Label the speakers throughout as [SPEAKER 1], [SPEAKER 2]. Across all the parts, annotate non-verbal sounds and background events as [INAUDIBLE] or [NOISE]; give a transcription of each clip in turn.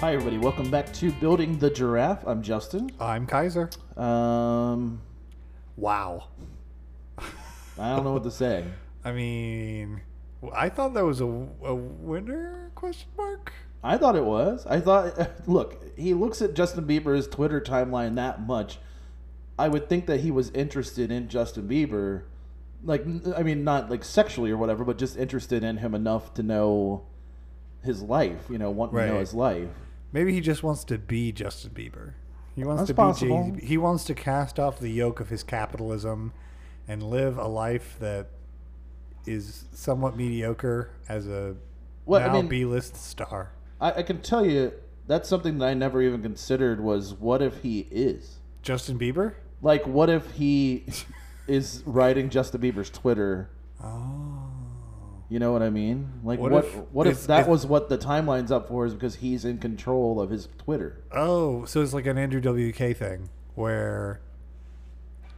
[SPEAKER 1] Hi, everybody. Welcome back to Building the Giraffe. I'm Justin.
[SPEAKER 2] I'm Kaiser.
[SPEAKER 1] Um,
[SPEAKER 2] Wow.
[SPEAKER 1] I don't know what to say.
[SPEAKER 2] I mean, I thought that was a, a winner question mark.
[SPEAKER 1] I thought it was. I thought, [LAUGHS] look, he looks at Justin Bieber's Twitter timeline that much. I would think that he was interested in Justin Bieber. Like, I mean, not like sexually or whatever, but just interested in him enough to know his life, you know, want to know
[SPEAKER 2] Right.
[SPEAKER 1] his life.
[SPEAKER 2] Maybe he just wants to be Justin Bieber. He wants
[SPEAKER 1] That's
[SPEAKER 2] to be
[SPEAKER 1] possible.
[SPEAKER 2] Jay- he wants to cast off the yoke of his capitalism and live a life that is somewhat mediocre as a
[SPEAKER 1] Well, I
[SPEAKER 2] now
[SPEAKER 1] mean-
[SPEAKER 2] B-list star.
[SPEAKER 1] I, I can tell you that's something that I never even considered was what if he is?
[SPEAKER 2] Justin Bieber?
[SPEAKER 1] Like, what if he is writing Justin Bieber's Twitter?
[SPEAKER 2] Oh.
[SPEAKER 1] You know what I mean? Like, what
[SPEAKER 2] What
[SPEAKER 1] what if,
[SPEAKER 2] if- is-
[SPEAKER 1] that
[SPEAKER 2] is-
[SPEAKER 1] was what the timeline's up for? Is because he's in control of his Twitter.
[SPEAKER 2] Oh, so it's like an Andrew WK thing where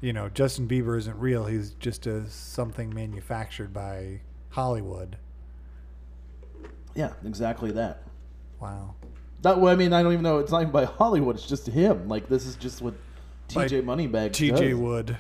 [SPEAKER 2] you know, Justin Bieber isn't real, he's just a something manufactured by Hollywood.
[SPEAKER 1] Yeah, exactly that.
[SPEAKER 2] Wow.
[SPEAKER 1] That way, I mean, I don't even know. It's not even by Hollywood. It's just him. Like, this is just what
[SPEAKER 2] By
[SPEAKER 1] T.J. Moneybag
[SPEAKER 2] TJ
[SPEAKER 1] does.
[SPEAKER 2] Wood.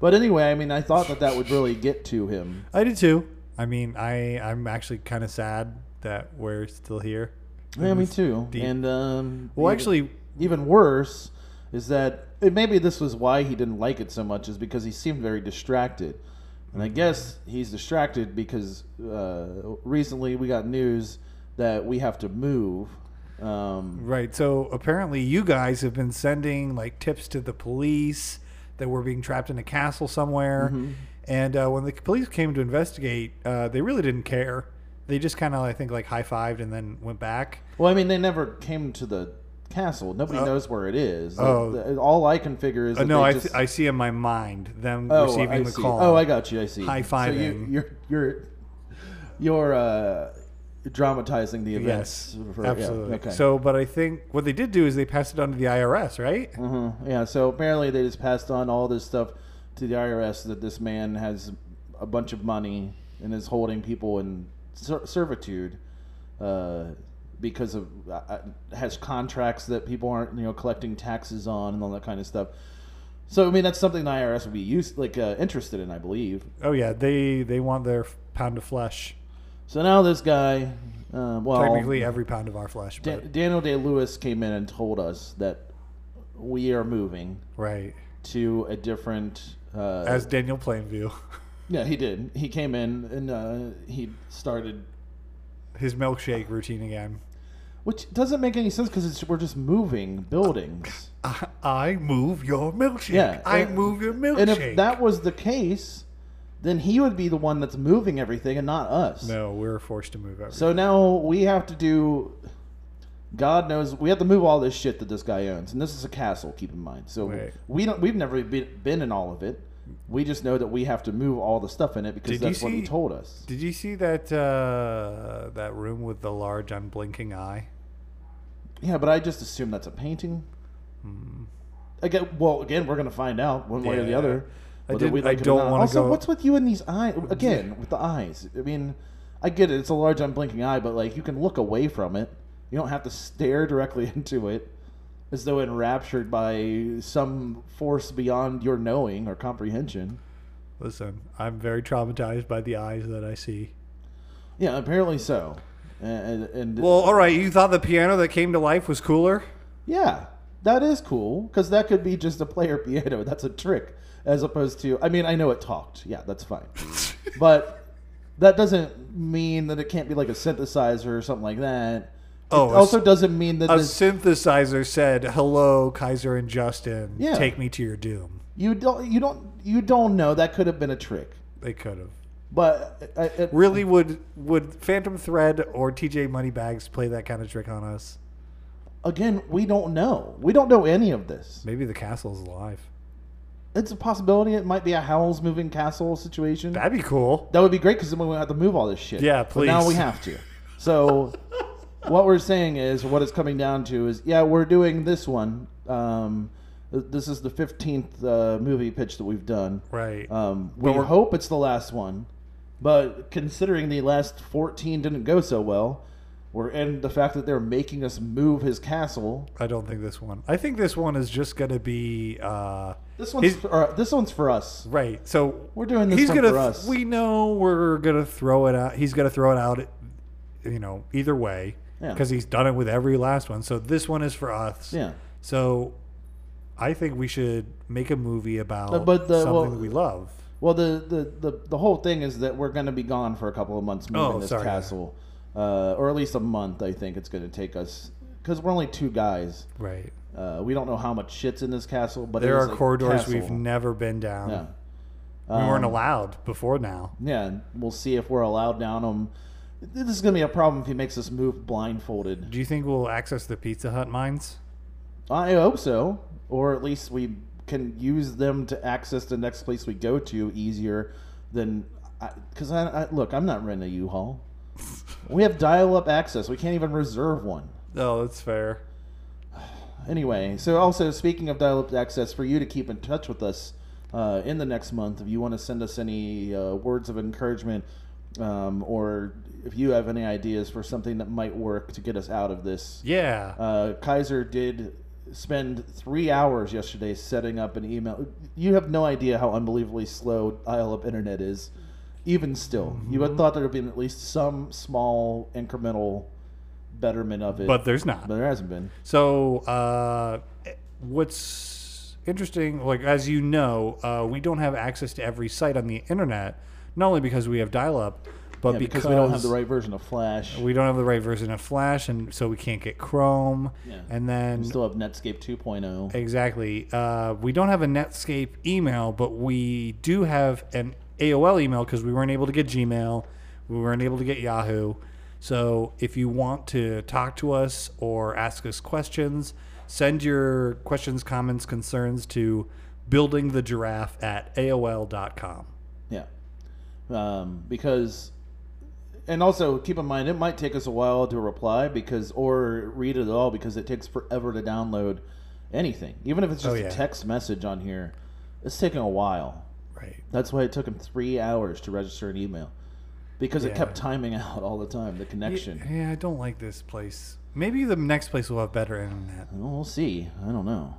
[SPEAKER 1] But anyway, I mean, I thought that that would really get to him.
[SPEAKER 2] I did too. I mean, I I'm actually kind of sad that we're still here.
[SPEAKER 1] Yeah, me too.
[SPEAKER 2] deep.
[SPEAKER 1] And um,
[SPEAKER 2] Well,
[SPEAKER 1] even-
[SPEAKER 2] actually,
[SPEAKER 1] even worse is that and maybe this was why he didn't like it so much is because he seemed very distracted and i
[SPEAKER 2] Mm-hmm.
[SPEAKER 1] guess he's distracted because uh, recently we got news that we have to move um,
[SPEAKER 2] right. So apparently, you guys have been sending like tips to the police that we're being trapped in a castle somewhere.
[SPEAKER 1] Mm-hmm.
[SPEAKER 2] And uh, when the police came to investigate, uh, they really didn't care. They just kind of, I think, like high fived and then went back.
[SPEAKER 1] well i mean they never came to the castle nobody knows where it is
[SPEAKER 2] Uh, oh.
[SPEAKER 1] Th- all i can figure is
[SPEAKER 2] Uh,
[SPEAKER 1] that
[SPEAKER 2] no,
[SPEAKER 1] they
[SPEAKER 2] I,
[SPEAKER 1] just,
[SPEAKER 2] th- I see in my mind them
[SPEAKER 1] oh,
[SPEAKER 2] receiving
[SPEAKER 1] I
[SPEAKER 2] the
[SPEAKER 1] see.
[SPEAKER 2] call.
[SPEAKER 1] oh i got you i see so you,
[SPEAKER 2] High-fiving.
[SPEAKER 1] you're you're you're uh, dramatizing the events
[SPEAKER 2] Yes,
[SPEAKER 1] for- yeah,
[SPEAKER 2] absolutely.
[SPEAKER 1] okay.
[SPEAKER 2] So, but I think what they did do is they passed it on to the IRS, right?
[SPEAKER 1] Mm-hmm. Yeah, so apparently they just passed on all this stuff to the IRS that this man has a bunch of money and is holding people in ser- servitude uh, because of uh, uh, has contracts that people aren't you know collecting taxes on and all that kind of stuff. So I mean that's something the IRS would be used like uh, interested in, I believe.
[SPEAKER 2] Oh yeah, they they want their f- pound of flesh.
[SPEAKER 1] So now this guy, uh, well,
[SPEAKER 2] Technically, every pound of our flesh.
[SPEAKER 1] Da-
[SPEAKER 2] But,
[SPEAKER 1] Daniel Day Lewis came in and told us that we are moving
[SPEAKER 2] right,
[SPEAKER 1] to a different. Uh,
[SPEAKER 2] as Daniel Plainview, [LAUGHS]
[SPEAKER 1] Yeah, he did. He came in and uh, he started,
[SPEAKER 2] his milkshake routine again.
[SPEAKER 1] which doesn't make any sense because we're just moving buildings.
[SPEAKER 2] I, I move your milkshake.
[SPEAKER 1] Uh-huh. Yeah,
[SPEAKER 2] I
[SPEAKER 1] and-
[SPEAKER 2] move your milkshake.
[SPEAKER 1] And if that was the case, then he would be the one that's moving everything and not us.
[SPEAKER 2] no, we're forced to move everything.
[SPEAKER 1] So now we have to do. God knows we have to move all this shit that this guy owns, and this is a castle. Keep in mind. So
[SPEAKER 2] Right.
[SPEAKER 1] we don't. We've never been, been in all of it. We just know that we have to move all the stuff in it because
[SPEAKER 2] Did you
[SPEAKER 1] that's what he
[SPEAKER 2] see-
[SPEAKER 1] told us.
[SPEAKER 2] Did you see that uh, that room with the large unblinking eye?
[SPEAKER 1] Yeah, but I just assume that's a painting. Again, well, again, we're gonna find out one way or the
[SPEAKER 2] Hmm. Yeah.
[SPEAKER 1] other.
[SPEAKER 2] I
[SPEAKER 1] whether
[SPEAKER 2] didn't-
[SPEAKER 1] we like it
[SPEAKER 2] I
[SPEAKER 1] or
[SPEAKER 2] don't
[SPEAKER 1] not.
[SPEAKER 2] wanna
[SPEAKER 1] Also,
[SPEAKER 2] go-
[SPEAKER 1] what's with you and these eyes? Again, with the eyes. I mean, I get it. It's a large, unblinking eye, but like you can look away from it. You don't have to stare [LAUGHS] directly into it, as though enraptured by some force beyond your knowing or comprehension.
[SPEAKER 2] Listen, I'm very traumatized by the eyes that I see.
[SPEAKER 1] Yeah, apparently so. And, and
[SPEAKER 2] Well, all right, you thought the piano that came to life was cooler?
[SPEAKER 1] Yeah, that is cool because that could be just a player [LAUGHS] piano. That's a trick, as opposed to. I mean, I know it talked. Yeah, that's
[SPEAKER 2] [LAUGHS]
[SPEAKER 1] fine, but that doesn't mean that it can't be like a synthesizer or something like that.
[SPEAKER 2] Oh,
[SPEAKER 1] it
[SPEAKER 2] a
[SPEAKER 1] also
[SPEAKER 2] s-
[SPEAKER 1] doesn't mean that
[SPEAKER 2] A
[SPEAKER 1] this,
[SPEAKER 2] synthesizer said, "Hello, Kaiser and Justin.
[SPEAKER 1] Yeah.
[SPEAKER 2] Take me to your doom."
[SPEAKER 1] you don't you don't you don't know that could have been a trick.
[SPEAKER 2] They could have.
[SPEAKER 1] But uh, I, I,
[SPEAKER 2] Really, would would Phantom Thread or TJ Moneybags play that kind of trick on us?
[SPEAKER 1] again, we don't know. We don't know any of this.
[SPEAKER 2] Maybe the castle's alive.
[SPEAKER 1] It's a possibility. It might be a Howl's Moving Castle situation.
[SPEAKER 2] That'd be cool.
[SPEAKER 1] That would be great because then we won't have to move all this shit.
[SPEAKER 2] Yeah,
[SPEAKER 1] But now
[SPEAKER 2] please.
[SPEAKER 1] we have to. So, what we're saying is, what it's coming down to is, yeah, we're doing this one. Um, th- this is the fifteenth uh, movie pitch that we've done.
[SPEAKER 2] Right.
[SPEAKER 1] Um, we
[SPEAKER 2] we're-
[SPEAKER 1] hope it's the last one, but considering the last fourteen didn't go so well, Or and the fact that they're making us move his castle.
[SPEAKER 2] I don't think this one. I think this one is just going to be uh,
[SPEAKER 1] This one's
[SPEAKER 2] He's-
[SPEAKER 1] for, this one's for us.
[SPEAKER 2] right. So
[SPEAKER 1] We're doing this
[SPEAKER 2] he's
[SPEAKER 1] one
[SPEAKER 2] gonna.
[SPEAKER 1] for us.
[SPEAKER 2] We know we're gonna throw it out. He's gonna throw it out. You know, either way,
[SPEAKER 1] Yeah.
[SPEAKER 2] because he's done it with every last one. So this one is for us.
[SPEAKER 1] yeah.
[SPEAKER 2] So I think we should make a movie about
[SPEAKER 1] Uh, but the-
[SPEAKER 2] something
[SPEAKER 1] well-
[SPEAKER 2] that we love.
[SPEAKER 1] Well, the, the, the, the whole thing is that we're going to be gone for a couple of months moving
[SPEAKER 2] Oh,
[SPEAKER 1] this
[SPEAKER 2] sorry.
[SPEAKER 1] castle, uh, or at least a month. I think it's going to take us because we're only two guys.
[SPEAKER 2] Right.
[SPEAKER 1] Uh, we don't know how much shit's in this castle, but it
[SPEAKER 2] There
[SPEAKER 1] is
[SPEAKER 2] are
[SPEAKER 1] a
[SPEAKER 2] corridors
[SPEAKER 1] castle.
[SPEAKER 2] we've never been down.
[SPEAKER 1] yeah.
[SPEAKER 2] we weren't
[SPEAKER 1] Um,
[SPEAKER 2] allowed before now.
[SPEAKER 1] Yeah, and we'll see if we're allowed down them. This is gonna be a problem if he makes us move blindfolded.
[SPEAKER 2] Do you think we'll access the Pizza Hut mines?
[SPEAKER 1] I hope so, or at least we can use them to access the next place we go to easier than. Because I, I, look, I'm not renting a U-Haul. we have dial-up access. We can't even reserve one.
[SPEAKER 2] Oh, that's fair.
[SPEAKER 1] Anyway, so also speaking of dial-up access, for you to keep in touch with us uh, in the next month, if you want to send us any uh, words of encouragement, um, or if you have any ideas for something that might work to get us out of this,
[SPEAKER 2] Yeah.
[SPEAKER 1] uh, Kaiser did spend three hours yesterday setting up an email. You have no idea how unbelievably slow dial-up internet is, even still. You would thought there would been at least some small incremental betterment of it,
[SPEAKER 2] but there's not.
[SPEAKER 1] but there hasn't been.
[SPEAKER 2] So, uh, what's interesting, like as you know, uh, we don't have access to every site on the internet, not only because we have dial-up, but
[SPEAKER 1] Yeah,
[SPEAKER 2] because,
[SPEAKER 1] because, we don't have the right version of Flash. We
[SPEAKER 2] we don't have the right version of Flash, and so we can't get Chrome.
[SPEAKER 1] Yeah.
[SPEAKER 2] And then
[SPEAKER 1] still have Netscape oh. 2.0.
[SPEAKER 2] exactly, uh, we don't have a Netscape email, but we do have an AOL email because we weren't able to get Gmail, we weren't able to get Yahoo. So if you want to talk to us or ask us questions, send your questions, comments, concerns to buildingthegiraffe at AOL.com.
[SPEAKER 1] Yeah. Um, because, and also keep in mind, it might take us a while to reply because, or read it at all because it takes forever to download anything. Even if it's just
[SPEAKER 2] Oh, yeah.
[SPEAKER 1] a text message on here, it's taking a while.
[SPEAKER 2] Right.
[SPEAKER 1] That's why it took him three hours to register an email because it
[SPEAKER 2] Yeah.
[SPEAKER 1] kept timing [LAUGHS] out all the time, the connection.
[SPEAKER 2] Yeah, I don't like this place. Maybe the next place will have better internet.
[SPEAKER 1] Well, we'll see. I don't know.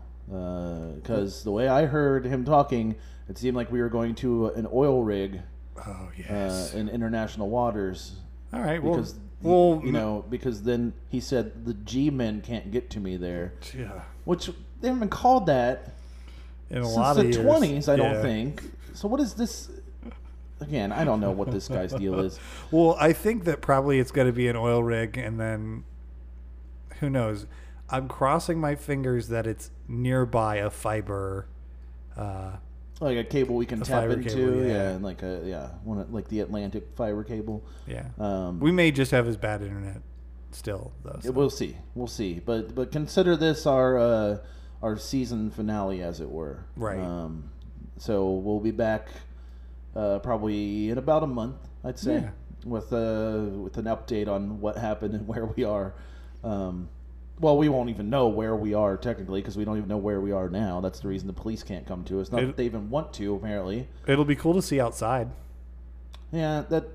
[SPEAKER 1] Because the way I heard him talking, it seemed like we were going to an oil rig
[SPEAKER 2] Oh
[SPEAKER 1] uh, in international waters.
[SPEAKER 2] All right. Well,
[SPEAKER 1] Uh, Because,
[SPEAKER 2] well,
[SPEAKER 1] you know, because then he said the G men can't get to me there,
[SPEAKER 2] yeah.
[SPEAKER 1] which they haven't been called that
[SPEAKER 2] In a
[SPEAKER 1] since
[SPEAKER 2] lot
[SPEAKER 1] the
[SPEAKER 2] of years.
[SPEAKER 1] 20s, I
[SPEAKER 2] Yeah.
[SPEAKER 1] don't think. So, what is this? Again, I don't know what this guy's deal
[SPEAKER 2] [LAUGHS]
[SPEAKER 1] is.
[SPEAKER 2] Well, I think that probably it's going to be an oil rig, and then who knows? I'm crossing my fingers that it's nearby a fiber. Uh,
[SPEAKER 1] Like a cable we can tap
[SPEAKER 2] fiber
[SPEAKER 1] into,
[SPEAKER 2] cable,
[SPEAKER 1] yeah.
[SPEAKER 2] yeah.
[SPEAKER 1] and like a yeah, one of- like the Atlantic fiber cable.
[SPEAKER 2] yeah,
[SPEAKER 1] Um,
[SPEAKER 2] we may just have as bad internet still, though.
[SPEAKER 1] Yeah,
[SPEAKER 2] so-
[SPEAKER 1] We'll see. We'll see. But but consider this our uh, our season finale, as it were.
[SPEAKER 2] Right.
[SPEAKER 1] Um, so we'll be back uh, probably in about a month, I'd say,
[SPEAKER 2] Yeah.
[SPEAKER 1] with uh, with an update on what happened and [LAUGHS] where we are. Um, well, we won't even know where we are technically because we don't even know where we are now. That's the reason the police can't come to us. Not
[SPEAKER 2] It-
[SPEAKER 1] that they even want to, apparently.
[SPEAKER 2] It'll be cool to see outside.
[SPEAKER 1] Yeah. That.